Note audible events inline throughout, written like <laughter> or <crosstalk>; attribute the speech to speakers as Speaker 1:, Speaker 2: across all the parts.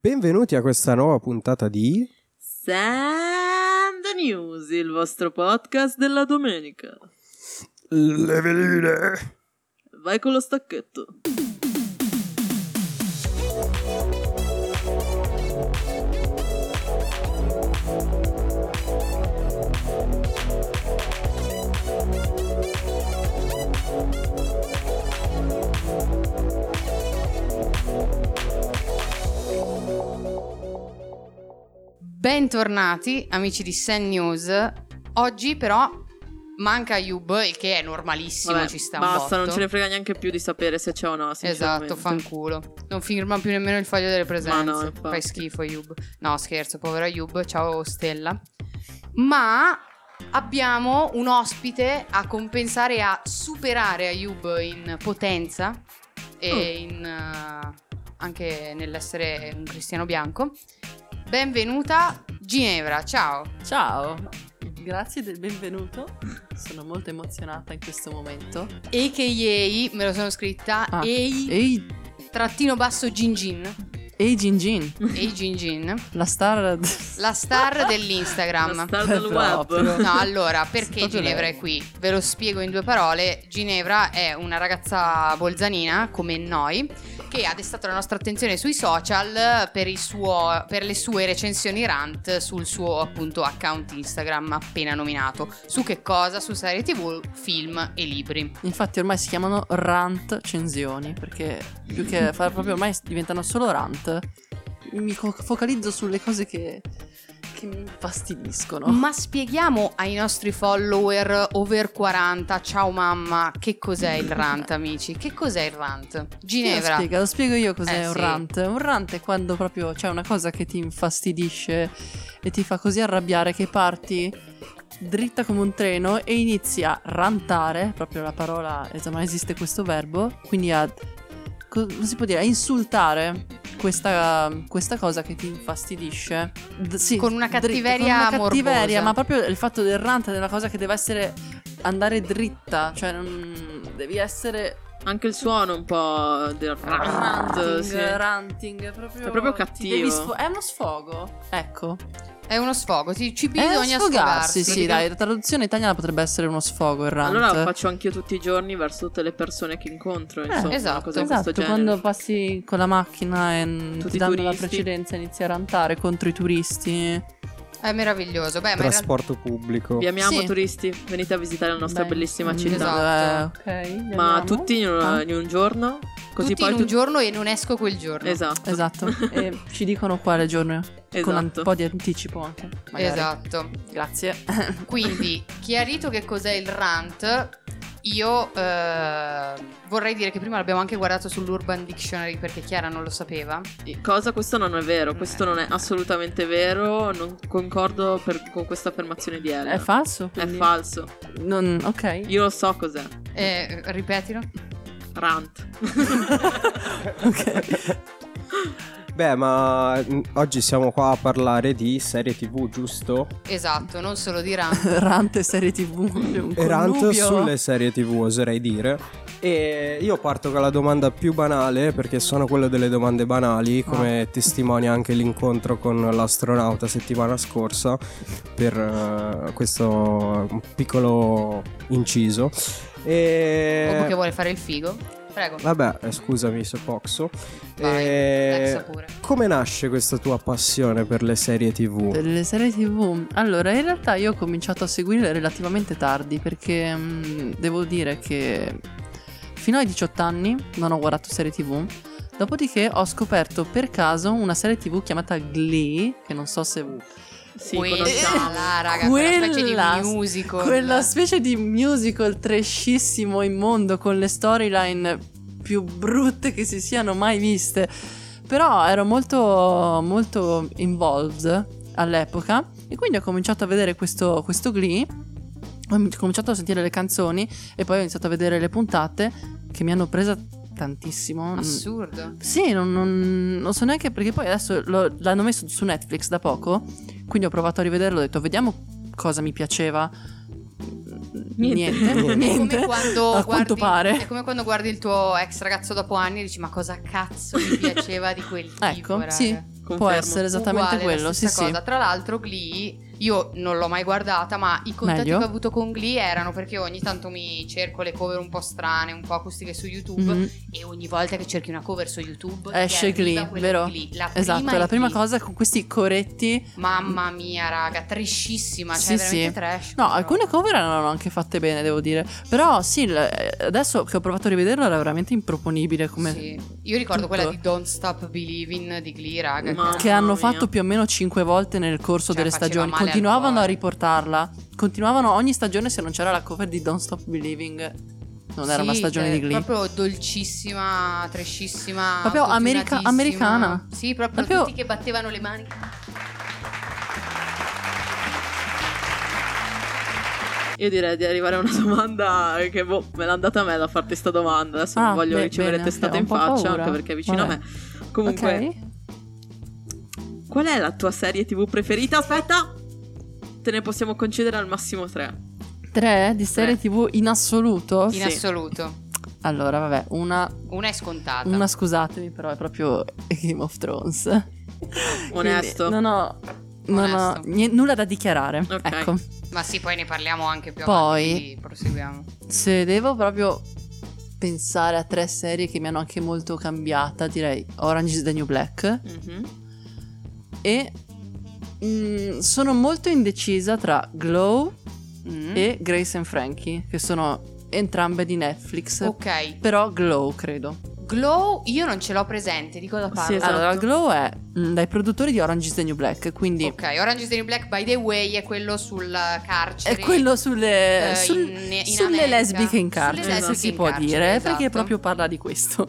Speaker 1: Benvenuti a questa nuova puntata di...
Speaker 2: Sand News, il vostro podcast della domenica.
Speaker 1: Le
Speaker 3: Eh,
Speaker 1: veline!
Speaker 2: Vai con lo stacchetto.
Speaker 3: Bentornati amici di Sen News. Oggi però manca Yub, il che è normalissimo,
Speaker 2: Vabbè,
Speaker 3: ci sta
Speaker 2: basta,
Speaker 3: un botto.
Speaker 2: non ce ne frega neanche più di sapere se c'è o no. sinceramente.
Speaker 3: Esatto, fanculo. Non firma più nemmeno il foglio delle presenze.
Speaker 2: Ma no, infatti.
Speaker 3: Fai schifo Yub. No, scherzo, povera Yub, ciao Stella. Ma abbiamo un ospite a compensare e a superare a Yub in potenza e
Speaker 2: Oh.
Speaker 3: in, eh, anche nell'essere un cristiano bianco. Benvenuta Ginevra, ciao.
Speaker 4: Ciao, grazie del benvenuto. Sono molto emozionata in questo momento.
Speaker 3: E che yei, me lo sono scritta,
Speaker 4: Ah,
Speaker 3: Ei,
Speaker 4: Ehi,
Speaker 3: trattino basso Gingin,
Speaker 4: ehi Gin Gin,
Speaker 3: Ei Gingin,
Speaker 4: la star.
Speaker 3: la
Speaker 4: <laughs>
Speaker 3: star
Speaker 2: La
Speaker 3: dell'Instagram.
Speaker 2: star del
Speaker 4: Proprio.
Speaker 2: web.
Speaker 3: No, allora, perché
Speaker 4: Proprio
Speaker 3: Ginevra
Speaker 4: lei.
Speaker 3: è qui? Ve lo spiego in due parole. Ginevra è una ragazza bolzanina, come noi, che ha destato la nostra attenzione sui social per, il suo- per le sue recensioni rant sul suo appunto account Instagram appena nominato. Su che cosa? Su serie tv, film e libri.
Speaker 4: Infatti, ormai si chiamano rant censioni perché più che fare proprio ormai diventano solo rant. Mi co- focalizzo sulle cose che, che mi infastidiscono.
Speaker 3: Ma spieghiamo ai nostri follower over 40, ciao mamma, che cos'è il
Speaker 4: <laughs>
Speaker 3: rant, amici? Che cos'è il rant?
Speaker 4: Lo
Speaker 3: Ginevra.
Speaker 4: spiego, lo spiego io cos'è
Speaker 3: Eh,
Speaker 4: un
Speaker 3: sì.
Speaker 4: rant. Un rant è quando proprio c'è una cosa che ti infastidisce e ti fa così arrabbiare che parti dritta come un treno e inizi a rantare, proprio la parola, eh, insomma esiste questo verbo, quindi a, co- come si può dire, a insultare questa, questa cosa che ti infastidisce. D- sì,
Speaker 3: Con una
Speaker 4: dritta,
Speaker 3: cattiveria
Speaker 4: con una cattiveria
Speaker 3: morbosa.
Speaker 4: ma proprio il fatto del rant è una cosa che deve essere andare dritta, cioè non, devi essere
Speaker 2: Anche il suono un po' del rant.
Speaker 4: Ranting,
Speaker 2: sì.
Speaker 4: ranting, proprio,
Speaker 2: È proprio
Speaker 4: ti
Speaker 2: cattivo.
Speaker 4: devi sfo- è uno sfogo. Ecco.
Speaker 3: È uno sfogo, ci, ci
Speaker 4: È
Speaker 3: bisogna sfogarsi.
Speaker 4: sfogarsi, sì, dai, la traduzione italiana potrebbe essere uno sfogo il rant.
Speaker 2: Allora faccio anch'io tutti i giorni verso tutte le persone che incontro. Insomma,
Speaker 3: esatto.
Speaker 2: una cosa di questo
Speaker 4: Eh, Esatto,
Speaker 2: genere.
Speaker 4: quando passi con la macchina e mm,
Speaker 2: Tutti
Speaker 4: ti
Speaker 2: i
Speaker 4: danno la
Speaker 2: turisti.
Speaker 4: precedenza inizi a rantare contro i turisti.
Speaker 3: È meraviglioso. Beh, ma in realtà
Speaker 1: Trasporto pubblico.
Speaker 2: Vi amiamo
Speaker 4: Sì.
Speaker 2: turisti, venite a visitare la nostra
Speaker 4: Beh,
Speaker 2: bellissima
Speaker 4: mm,
Speaker 2: città.
Speaker 3: Esatto.
Speaker 4: eh, ok, li
Speaker 2: Ma
Speaker 4: amiamo.
Speaker 2: tutti in un,
Speaker 4: Ah,
Speaker 2: in un giorno, così
Speaker 3: tutti
Speaker 2: poi
Speaker 3: in un
Speaker 2: tu-
Speaker 3: giorno e non esco quel giorno.
Speaker 2: Esatto.
Speaker 4: Esatto, <laughs> e ci dicono quale giorno. Eh, Con un
Speaker 2: Esatto.
Speaker 4: po' di anticipo anche. magari.
Speaker 3: Esatto.
Speaker 4: Grazie.
Speaker 3: Quindi, chiarito che cos'è il rant, io eh, vorrei dire che prima l'abbiamo anche guardato sull'Urban Dictionary perché Chiara non lo sapeva.
Speaker 2: Cosa? Questo non è
Speaker 4: Eh.
Speaker 2: vero, questo non è assolutamente vero, non concordo per- con questa affermazione di Ella.
Speaker 4: È falso?
Speaker 2: È
Speaker 4: quindi?
Speaker 2: falso.
Speaker 4: Non- <laughs> ok.
Speaker 2: <laughs> Io lo so cos'è.
Speaker 3: Eh,
Speaker 4: <laughs>
Speaker 3: ripetilo.
Speaker 2: Rant. <laughs>
Speaker 3: <laughs>
Speaker 1: Beh, ma mh, oggi siamo qua a parlare di serie tv, giusto?
Speaker 3: Esatto, non solo di rant.
Speaker 4: rant e serie tv cioè un
Speaker 1: E rant
Speaker 4: connubio.
Speaker 1: sulle serie tv, oserei dire. E io parto con la domanda più banale, perché sono quelle delle domande banali,
Speaker 3: Ah.
Speaker 1: come testimonia anche l'incontro con l'astronauta settimana scorsa, per eh, questo piccolo inciso.
Speaker 4: Eh.
Speaker 3: Bobo che
Speaker 1: E...
Speaker 3: vuole fare il figo. Prego.
Speaker 1: Vabbè, eh, scusami se poxo.
Speaker 3: Vai,
Speaker 1: E-
Speaker 3: Alexa pure.
Speaker 1: Come nasce questa tua passione per le serie tv?
Speaker 4: Per le serie tv, allora in realtà io ho cominciato a seguirle relativamente tardi perché mm, devo dire che fino ai 18 anni non ho guardato serie tv, dopodiché ho scoperto per caso una serie tv chiamata Glee, che non so se...
Speaker 2: Sì,
Speaker 3: quella,
Speaker 2: conosciamo.
Speaker 3: <laughs> là, raga, quella specie di
Speaker 4: Quella-
Speaker 3: musical.
Speaker 4: Quella specie di musical trashissimo immondo con le storyline più brutte che si siano mai viste. Però ero molto, molto involved all'epoca e quindi ho cominciato a vedere questo, questo Glee, ho in- cominciato a sentire le canzoni e poi ho iniziato a vedere le puntate che mi hanno presa tantissimo. Mm.
Speaker 3: Assurdo.
Speaker 4: Sì, non, non- non so neanche perché poi adesso lo- l'hanno messo su Netflix da poco, quindi ho provato a rivederlo, ho detto vediamo cosa mi piaceva. Niente,
Speaker 1: Niente.
Speaker 3: È
Speaker 4: niente.
Speaker 3: come quando
Speaker 4: <laughs> a
Speaker 3: guardi,
Speaker 4: quanto
Speaker 3: È
Speaker 4: pare.
Speaker 3: come quando
Speaker 4: <laughs>
Speaker 3: guardi il tuo ex ragazzo dopo anni e dici ma cosa cazzo mi piaceva di quel tipo,
Speaker 4: Ecco,
Speaker 3: raga?"
Speaker 4: sì. <laughs> Può
Speaker 2: confermo.
Speaker 4: essere esattamente
Speaker 3: Uguale, la
Speaker 4: quello, sì,
Speaker 3: stessa
Speaker 4: sì.
Speaker 3: cosa. Tra l'altro Glee, io non l'ho mai guardata, ma i contatti
Speaker 4: Meglio.
Speaker 3: che ho avuto con Glee erano perché ogni tanto mi cerco le cover un po' strane, un po' acustiche su YouTube
Speaker 4: Mhm.
Speaker 3: e ogni volta che cerchi una cover su YouTube ti
Speaker 4: Esce
Speaker 3: arriva
Speaker 4: Glee,
Speaker 3: quella
Speaker 4: vero?
Speaker 3: di Glee. La prima
Speaker 4: Esatto,
Speaker 3: è
Speaker 4: la prima
Speaker 3: Glee.
Speaker 4: cosa con questi coretti
Speaker 3: Mamma mia, raga, trashissima, cioè
Speaker 4: Sì,
Speaker 3: veramente
Speaker 4: sì.
Speaker 3: trash.
Speaker 4: No,
Speaker 3: però.
Speaker 4: alcune cover erano anche fatte bene, devo dire. Però sì, il- eh, adesso che ho provato a rivederlo era veramente improponibile come...
Speaker 3: Sì. Io ricordo
Speaker 4: tutto.
Speaker 3: quella di Don't Stop Believing di Glee, raga.
Speaker 2: Ma-
Speaker 4: Che hanno
Speaker 2: Mamma mia.
Speaker 4: fatto più o meno cinque volte nel corso
Speaker 3: Cioè,
Speaker 4: delle
Speaker 3: faceva
Speaker 4: stagioni.
Speaker 3: male al
Speaker 4: Continuavano a
Speaker 3: cuore.
Speaker 4: riportarla. Continuavano ogni stagione se non c'era la cover di Don't Stop Believing. Non era una
Speaker 3: Sì,
Speaker 4: stagione
Speaker 3: cioè,
Speaker 4: di Glee.
Speaker 3: Proprio dolcissima, trashissima.
Speaker 4: Proprio america-
Speaker 3: autotunatissima.
Speaker 4: americana.
Speaker 3: Sì, proprio,
Speaker 4: Proprio-
Speaker 3: tutti che battevano le mani.
Speaker 2: Io direi di arrivare a una domanda che boh, me l'ha andata a me da farti sta domanda. Adesso
Speaker 4: Ah,
Speaker 2: non voglio
Speaker 4: beh,
Speaker 2: ricevere
Speaker 4: bene,
Speaker 2: testate
Speaker 4: ok, ho
Speaker 2: in
Speaker 4: un po'
Speaker 2: faccia,
Speaker 4: paura.
Speaker 2: anche perché è vicino
Speaker 4: Vabbè.
Speaker 2: a me. Comunque, qual è la tua serie TV preferita? Aspetta! Te ne possiamo concedere al massimo tre.
Speaker 4: Ok. Tre di serie
Speaker 2: Tre.
Speaker 4: TV in assoluto.
Speaker 3: In
Speaker 2: Sì.
Speaker 3: assoluto.
Speaker 4: Allora, vabbè, una,
Speaker 3: Una è scontata.
Speaker 4: una scusatemi, però è proprio Game of Thrones.
Speaker 2: Onesto.
Speaker 4: Quindi non ho, non ho
Speaker 3: Onesto.
Speaker 4: nie- nulla da dichiarare.
Speaker 2: Ok.
Speaker 4: Ecco.
Speaker 3: Ma sì, poi ne parliamo anche più
Speaker 4: Poi-
Speaker 3: avanti. quindi proseguiamo.
Speaker 4: Se devo proprio pensare a tre serie che mi hanno anche molto cambiata, direi Orange is the New Black
Speaker 2: Mhm.
Speaker 4: e mm, sono molto indecisa tra Glow
Speaker 3: Mm.
Speaker 4: e Grace and Frankie, che sono entrambe di Netflix,
Speaker 3: Ok.
Speaker 4: però Glow credo.
Speaker 3: Glow, io non ce l'ho presente. Di cosa parlo?
Speaker 2: Sì, esatto.
Speaker 4: Allora, Glow è mm, dai produttori di Orange is the New Black, quindi
Speaker 3: Ok, Orange is the New Black, by the way, è quello sul carcere.
Speaker 4: è quello sulle,
Speaker 3: eh,
Speaker 4: sul-
Speaker 3: in- in
Speaker 4: sulle
Speaker 3: America.
Speaker 4: lesbiche
Speaker 3: Sulle
Speaker 4: in carcere, se
Speaker 2: lesbiche
Speaker 4: si
Speaker 3: in
Speaker 4: può
Speaker 3: carcere,
Speaker 4: dire, eh, perché
Speaker 3: esatto.
Speaker 4: proprio parla di questo.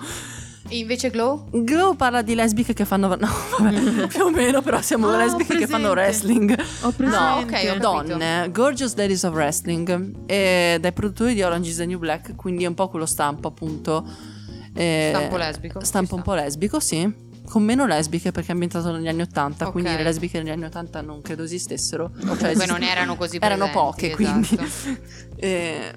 Speaker 3: E invece Glow?
Speaker 4: Glow parla di lesbiche che fanno. <laughs> No, vabbè, più o meno, però siamo
Speaker 2: Ah, ho
Speaker 4: lesbiche che
Speaker 2: presente.
Speaker 4: fanno wrestling.
Speaker 2: Ho preso.
Speaker 3: Ah,
Speaker 4: Eh,
Speaker 3: ok, ho capito.
Speaker 4: Donne, Gorgeous Ladies of Wrestling, eh, dai produttori di Orange is the New Black, quindi è un po' quello stampo, appunto. eh,
Speaker 3: Stampo lesbico.
Speaker 4: Stampo
Speaker 3: ci
Speaker 4: un
Speaker 3: sta.
Speaker 4: po' lesbico, sì. Con meno lesbiche perché è ambientato negli anni 80,
Speaker 3: Ok.
Speaker 4: quindi le lesbiche negli anni 80 non credo esistessero. Cioè,
Speaker 3: Comunque non
Speaker 4: esistevano.
Speaker 3: erano così
Speaker 4: Erano
Speaker 3: presenti,
Speaker 4: poche, quindi.
Speaker 3: esatto.
Speaker 4: Eh,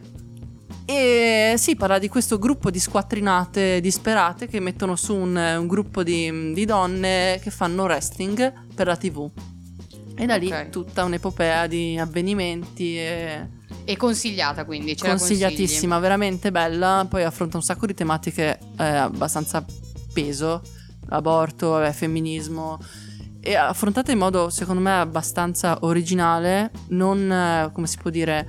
Speaker 4: e si parla di questo gruppo di squattrinate disperate che mettono su un, un gruppo di, di donne che fanno wrestling per la TV. E da
Speaker 3: Ok.
Speaker 4: lì tutta un'epopea di avvenimenti e
Speaker 3: E consigliata quindi, ce la
Speaker 4: consigliatissima, veramente bella. Poi affronta un sacco di tematiche eh, abbastanza peso, aborto, vabbè, femminismo. E affrontate in modo, secondo me, abbastanza originale. Non, eh, come si può dire,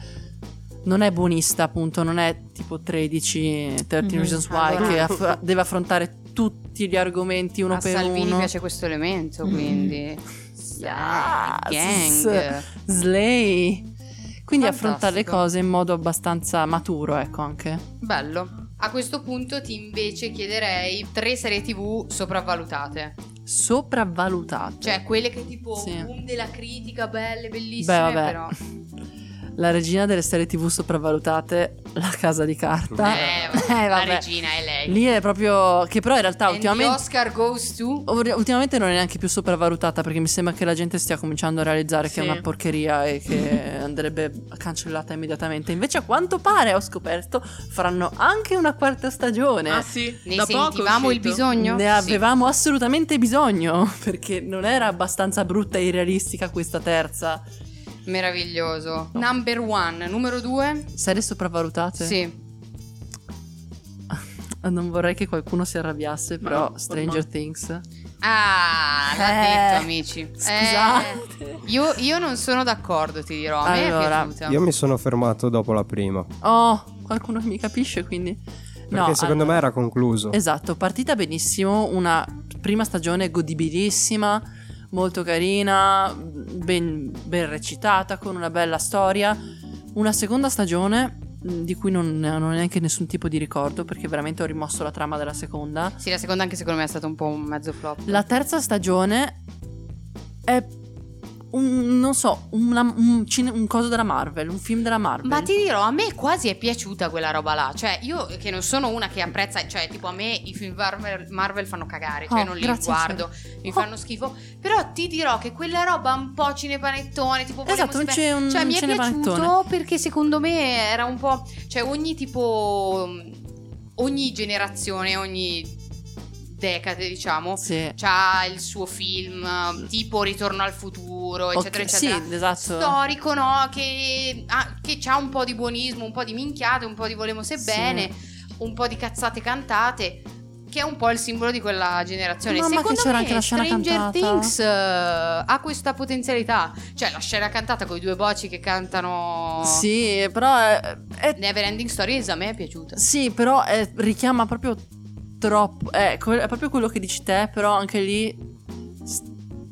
Speaker 4: non è buonista, appunto. Non è tipo 13, 13
Speaker 2: Mhm.
Speaker 4: Reasons Why,
Speaker 3: Mm-hmm. Allora-
Speaker 4: che aff- deve affrontare tutti gli argomenti uno
Speaker 3: A
Speaker 4: per
Speaker 3: Salvini
Speaker 4: uno.
Speaker 3: piace questo elemento, quindi. Sai,
Speaker 4: Yes.
Speaker 3: Gang.
Speaker 4: Slay. Quindi affronta le
Speaker 3: Fantastico.
Speaker 4: cose in modo abbastanza maturo, ecco anche.
Speaker 3: Bello. A questo punto ti invece chiederei tre serie TV sopravvalutate,
Speaker 4: sopravvalutate.
Speaker 3: cioè quelle che tipo
Speaker 4: Sì.
Speaker 3: boom della critica, belle,
Speaker 4: Beh,
Speaker 3: bellissime,
Speaker 4: vabbè.
Speaker 3: però
Speaker 4: La regina delle serie TV sopravvalutate, la casa di carta.
Speaker 3: Eh,
Speaker 4: <laughs> Eh,
Speaker 3: la
Speaker 4: vabbè.
Speaker 3: regina è lei.
Speaker 4: Lì è proprio che però in realtà
Speaker 3: And the
Speaker 4: ultimamente
Speaker 3: Oscar goes to
Speaker 4: or- Ultimamente non è neanche più sopravvalutata perché mi sembra che la gente stia cominciando a realizzare che è
Speaker 2: Sì.
Speaker 4: una porcheria
Speaker 3: <laughs>
Speaker 4: e che andrebbe cancellata immediatamente. Invece a quanto pare ho scoperto faranno anche una quarta stagione.
Speaker 2: Ah sì,
Speaker 3: Ne
Speaker 2: da poco
Speaker 3: sentivamo
Speaker 2: è
Speaker 3: il
Speaker 2: uscito.
Speaker 3: bisogno?
Speaker 4: Ne
Speaker 3: Sì.
Speaker 4: avevamo assolutamente bisogno <laughs> perché non era abbastanza brutta e irrealistica questa terza.
Speaker 3: Meraviglioso.
Speaker 4: No.
Speaker 3: Number one, numero due?
Speaker 4: Serie sopravvalutate?
Speaker 3: Sì.
Speaker 4: Non vorrei che qualcuno si arrabbiasse,
Speaker 2: Ma
Speaker 4: però
Speaker 2: no,
Speaker 4: Stranger
Speaker 2: ormai.
Speaker 4: Things.
Speaker 3: Ah, l'ha
Speaker 4: Eh,
Speaker 3: detto amici. Eh,
Speaker 4: Scusate.
Speaker 3: io, io non sono d'accordo, ti dirò. A me
Speaker 4: Allora,
Speaker 3: è piaciuta.
Speaker 1: Io mi sono fermato dopo la prima.
Speaker 4: Oh, qualcuno mi capisce quindi.
Speaker 1: Perché secondo me era concluso.
Speaker 4: Esatto, partita benissimo, una prima stagione godibilissima, molto carina, ben, ben recitata, con una bella storia. Una seconda stagione mh, di cui non, non ho neanche nessun tipo di ricordo perché veramente ho rimosso la trama della seconda.
Speaker 3: Sì, la seconda anche secondo me è stata un po' un mezzo flop.
Speaker 4: La terza stagione è un, non so, una- un, cine- un coso della Marvel, un film della Marvel.
Speaker 3: Ma ti dirò, a me quasi è piaciuta quella roba là. Cioè, io che non sono una che apprezza, cioè, tipo a me i film Marvel, Marvel fanno cagare, cioè
Speaker 4: Oh,
Speaker 3: non li
Speaker 4: grazie,
Speaker 3: guardo, mi
Speaker 4: Oh.
Speaker 3: fanno schifo. Però ti dirò che quella roba un po' cinepanettone, tipo volevo
Speaker 4: Esatto, non
Speaker 3: spe-
Speaker 4: c'è un
Speaker 3: Cioè, mi è
Speaker 4: cinepanettone.
Speaker 3: piaciuto perché secondo me era un po'. Cioè, mm, ogni tipo. Ogni generazione, ogni decade, diciamo,
Speaker 4: Sì.
Speaker 3: c'ha il suo film mm, tipo Ritorno al futuro, eccetera,
Speaker 4: Ok,
Speaker 3: eccetera.
Speaker 4: Sì, esatto.
Speaker 3: Storico, no? Che, ha che c'ha un po' di buonismo, un po' di minchiate, un po' di volemo se
Speaker 4: Sì.
Speaker 3: bene, un po' di cazzate cantate. Che è un po' il simbolo di quella generazione.
Speaker 4: Mamma, che
Speaker 3: Secondo
Speaker 4: c'era
Speaker 3: me
Speaker 4: anche la scena
Speaker 3: Stranger
Speaker 4: cantata.
Speaker 3: Things eh, ha questa potenzialità. Cioè, la scena cantata con i due boci che cantano
Speaker 4: Sì, però è- è
Speaker 3: Never Ending Stories a me è piaciuta.
Speaker 4: Sì, però eh, richiama proprio troppo. eh, que- è proprio quello che dici te, però anche lì.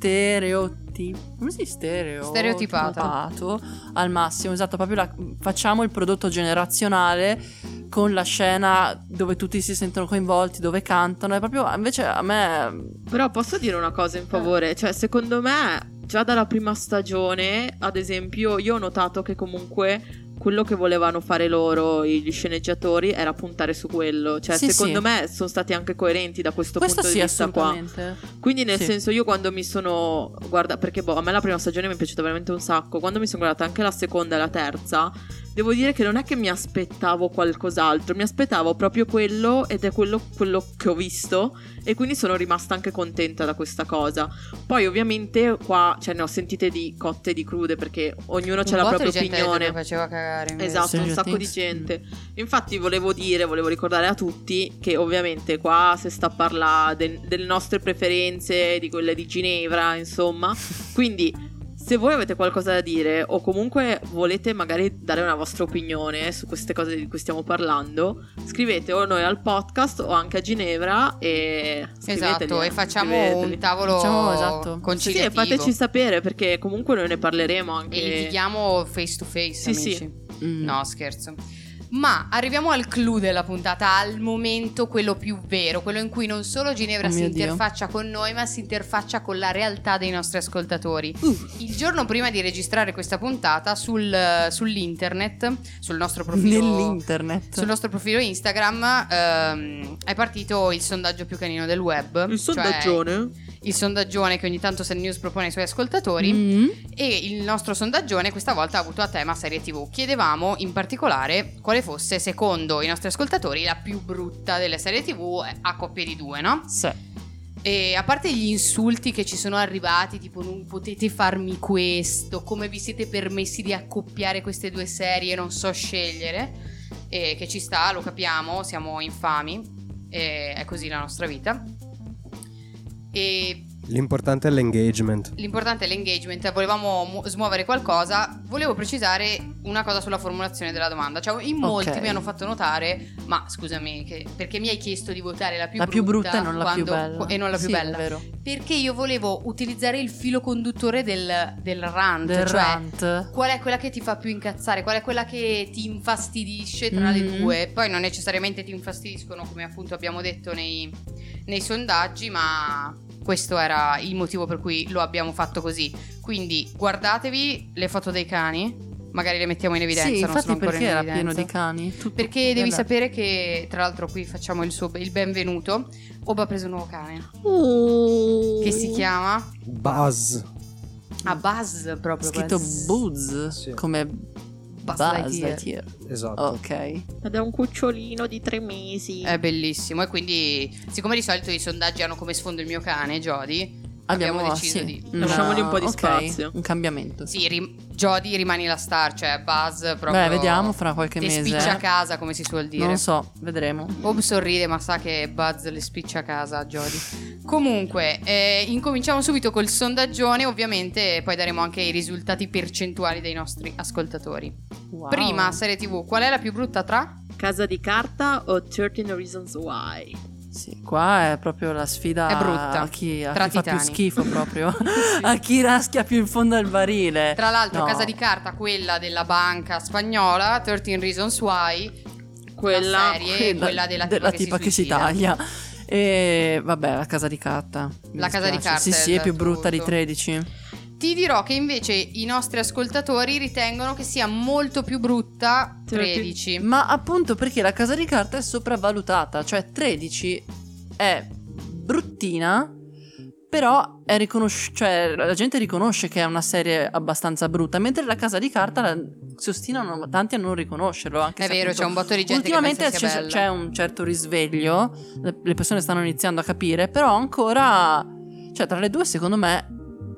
Speaker 4: Stereotipo. Come si dice stereo?
Speaker 3: Stereotipato.
Speaker 4: tipato Al massimo, esatto. Proprio la- facciamo il prodotto generazionale con la scena dove tutti si sentono coinvolti, dove cantano. È proprio. Invece a me.
Speaker 2: Però posso dire una cosa
Speaker 4: Eh.
Speaker 2: in favore? Cioè, secondo me, già dalla prima stagione, ad esempio, io ho notato che comunque quello che volevano fare loro, i- gli sceneggiatori, era puntare su quello. Cioè,
Speaker 4: Sì,
Speaker 2: secondo
Speaker 4: sì.
Speaker 2: me sono stati anche coerenti da questo
Speaker 4: Questo
Speaker 2: punto
Speaker 4: sì,
Speaker 2: di vista qua.
Speaker 4: assolutamente.
Speaker 2: Quindi nel
Speaker 4: Sì.
Speaker 2: senso io quando mi sono guarda perché boh, a me la prima stagione mi è piaciuta veramente un sacco, quando mi sono guardata anche la seconda e la terza, devo dire che non è che mi aspettavo qualcos'altro, mi aspettavo proprio quello ed è quello, quello che ho visto e quindi sono rimasta anche contenta da questa cosa. Poi ovviamente qua cioè ne ho sentite di cotte e di crude perché ognuno ha
Speaker 3: Un
Speaker 2: la
Speaker 3: botto
Speaker 2: propria
Speaker 3: di gente ha detto che
Speaker 2: opinione.
Speaker 3: faceva cagare. invece.
Speaker 2: Esatto, un
Speaker 4: Stranger
Speaker 2: sacco di
Speaker 4: Things.
Speaker 2: gente. Infatti volevo dire, volevo ricordare a tutti che ovviamente qua si sta a parlare del- delle nostre preferenze, di quelle di Ginevra,
Speaker 3: <laughs>
Speaker 2: insomma. Quindi se voi avete qualcosa da dire o comunque volete magari dare una vostra opinione su queste cose di cui stiamo parlando, scrivete o noi al podcast o anche a Ginevra e scriveteli,
Speaker 3: Esatto,
Speaker 2: eh,
Speaker 3: e facciamo
Speaker 2: scriveteli.
Speaker 3: un tavolo
Speaker 4: Facciamo, esatto.
Speaker 2: Sì,
Speaker 3: conciliativo.
Speaker 2: e fateci sapere perché comunque noi ne parleremo anche.
Speaker 3: e litighiamo face to face,
Speaker 2: Sì,
Speaker 3: amici.
Speaker 2: sì.
Speaker 4: Mm. <laughs>
Speaker 3: No, scherzo. Ma arriviamo al clou della puntata, al momento quello più vero, quello in cui non solo Ginevra
Speaker 4: Oh
Speaker 3: si
Speaker 4: mio Dio.
Speaker 3: interfaccia con noi, ma si interfaccia con la realtà dei nostri ascoltatori.
Speaker 4: Uh.
Speaker 3: Il giorno prima di registrare questa puntata sul- sull'internet, sul nostro profilo
Speaker 4: Nell'internet.
Speaker 3: sul nostro profilo Instagram ehm, è partito il sondaggio più canino del web.
Speaker 2: Il
Speaker 3: cioè
Speaker 2: sondaggione.
Speaker 3: il sondaggione che ogni tanto Sen News propone ai suoi ascoltatori.
Speaker 4: Mm.
Speaker 3: E il nostro sondaggione questa volta ha avuto a tema serie TV. Chiedevamo in particolare quale fosse, secondo i nostri ascoltatori, la più brutta delle serie TV a coppie di due, no?
Speaker 4: Sì.
Speaker 3: E a parte gli insulti che ci sono arrivati, tipo non potete farmi questo, come vi siete permessi di accoppiare queste due serie, non so scegliere, e che ci sta, lo capiamo, siamo infami, e è così la nostra vita. E
Speaker 1: L'importante è l'engagement.
Speaker 3: l'importante è l'engagement, volevamo mu- smuovere qualcosa, volevo precisare una cosa sulla formulazione della domanda, cioè in molti
Speaker 4: Ok.
Speaker 3: mi hanno fatto notare, ma scusami, che- perché mi hai chiesto di votare la più
Speaker 4: La
Speaker 3: brutta,
Speaker 4: più brutta e non la più
Speaker 3: quando-
Speaker 4: bella.
Speaker 3: e non la più
Speaker 4: Sì,
Speaker 3: bella Cioè,
Speaker 4: È vero.
Speaker 3: perché io volevo utilizzare il filo conduttore del, del rant,
Speaker 4: Del
Speaker 3: cioè
Speaker 4: rant.
Speaker 3: qual è quella che ti fa più incazzare, qual è quella che ti infastidisce tra le
Speaker 4: Mm.
Speaker 3: due, poi non necessariamente ti infastidiscono come appunto abbiamo detto nei, nei sondaggi, ma questo era il motivo per cui lo abbiamo fatto così. Quindi guardatevi le foto dei cani, magari le mettiamo in evidenza,
Speaker 4: Sì,
Speaker 3: non
Speaker 4: infatti
Speaker 3: sono ancora
Speaker 4: perché
Speaker 3: in
Speaker 4: era
Speaker 3: evidenza.
Speaker 4: pieno di cani? Tutto-
Speaker 3: Perché devi
Speaker 4: Vabbè.
Speaker 3: sapere che, tra l'altro, qui facciamo il suo il benvenuto. Ob ha preso un nuovo cane che
Speaker 2: Mm.
Speaker 4: Mm.
Speaker 3: si chiama
Speaker 1: Buzz.
Speaker 3: a Buzz proprio
Speaker 4: scritto
Speaker 3: Buzz.
Speaker 4: Buzz
Speaker 1: Sì.
Speaker 4: come
Speaker 3: Buzz
Speaker 4: Buzz
Speaker 3: Lightyear.
Speaker 4: Lightyear.
Speaker 1: Esatto.
Speaker 4: Oh. Ok.
Speaker 2: Ed è un cucciolino di tre mesi.
Speaker 4: Mm.
Speaker 3: È bellissimo e quindi siccome di solito i sondaggi hanno come sfondo il mio cane Jody, Abbiamo deciso
Speaker 4: sì, Mm.
Speaker 3: di-
Speaker 4: una-
Speaker 2: Lasciamogli un po' di
Speaker 4: ok,
Speaker 2: spazio.
Speaker 4: Un cambiamento.
Speaker 3: sì, rim- Jody rimani la star, cioè Buzz proprio
Speaker 4: Beh, vediamo fra qualche
Speaker 3: Te
Speaker 4: mese.
Speaker 3: spiccia a
Speaker 4: eh.
Speaker 3: casa come si suol dire.
Speaker 4: Non so, vedremo.
Speaker 3: Bob sorride ma sa che Buzz le spiccia a casa a Jody. Comunque, eh, incominciamo subito col sondaggione, ovviamente e poi daremo anche i risultati percentuali dei nostri ascoltatori.
Speaker 4: Wow.
Speaker 3: Prima, serie TV, qual è la più brutta tra?
Speaker 2: Casa di carta o 13 Reasons Why?
Speaker 4: Sì, qua è proprio la sfida
Speaker 3: È brutta.
Speaker 4: a chi, a
Speaker 3: Tra
Speaker 4: chi fa più
Speaker 3: titani.
Speaker 4: schifo proprio,
Speaker 3: <laughs>
Speaker 4: a chi raschia più in fondo al barile.
Speaker 3: Tra l'altro,
Speaker 4: No.
Speaker 3: Casa di Carta, quella della banca spagnola, 13 Reasons Why,
Speaker 2: Quella.
Speaker 3: serie, quella della tipa che si
Speaker 4: tipa che si
Speaker 3: suicida.
Speaker 4: taglia. E vabbè, la casa di carta. Mi
Speaker 3: La casa di
Speaker 4: dispiace.
Speaker 3: carta esatto,
Speaker 4: Sì,
Speaker 3: è
Speaker 4: sì,
Speaker 3: il
Speaker 4: è più brutta di
Speaker 3: tutto.
Speaker 4: 13.
Speaker 3: ti dirò che invece i nostri ascoltatori ritengono che sia molto più brutta 13.
Speaker 4: Ma appunto perché la casa di carta è sopravvalutata, cioè 13 è bruttina, Però è riconosci- cioè, la gente riconosce che è una serie abbastanza brutta, mentre la casa di carta la- si ostinano tanti a non riconoscerlo. Anche
Speaker 3: È
Speaker 4: se,
Speaker 3: vero,
Speaker 4: appunto,
Speaker 3: c'è un botto di gente che
Speaker 4: Ultimamente
Speaker 3: pensa sia
Speaker 4: c'è,
Speaker 3: bella.
Speaker 4: c'è un certo risveglio, le le persone stanno iniziando a capire, però ancora, cioè tra le due secondo me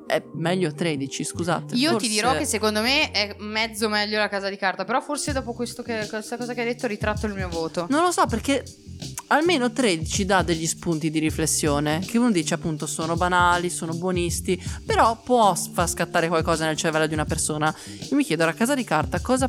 Speaker 4: è meglio 13, scusate.
Speaker 3: Io
Speaker 4: forse-
Speaker 3: ti dirò che secondo me è mezzo meglio la casa di carta, però forse dopo questo che- questa cosa che hai detto ritratto il mio voto.
Speaker 4: Non lo so perché almeno 13 dà degli spunti di riflessione che uno dice appunto sono banali, sono buonisti, però può s- far scattare qualcosa nel cervello di una persona. Io mi chiedo la casa di carta cosa,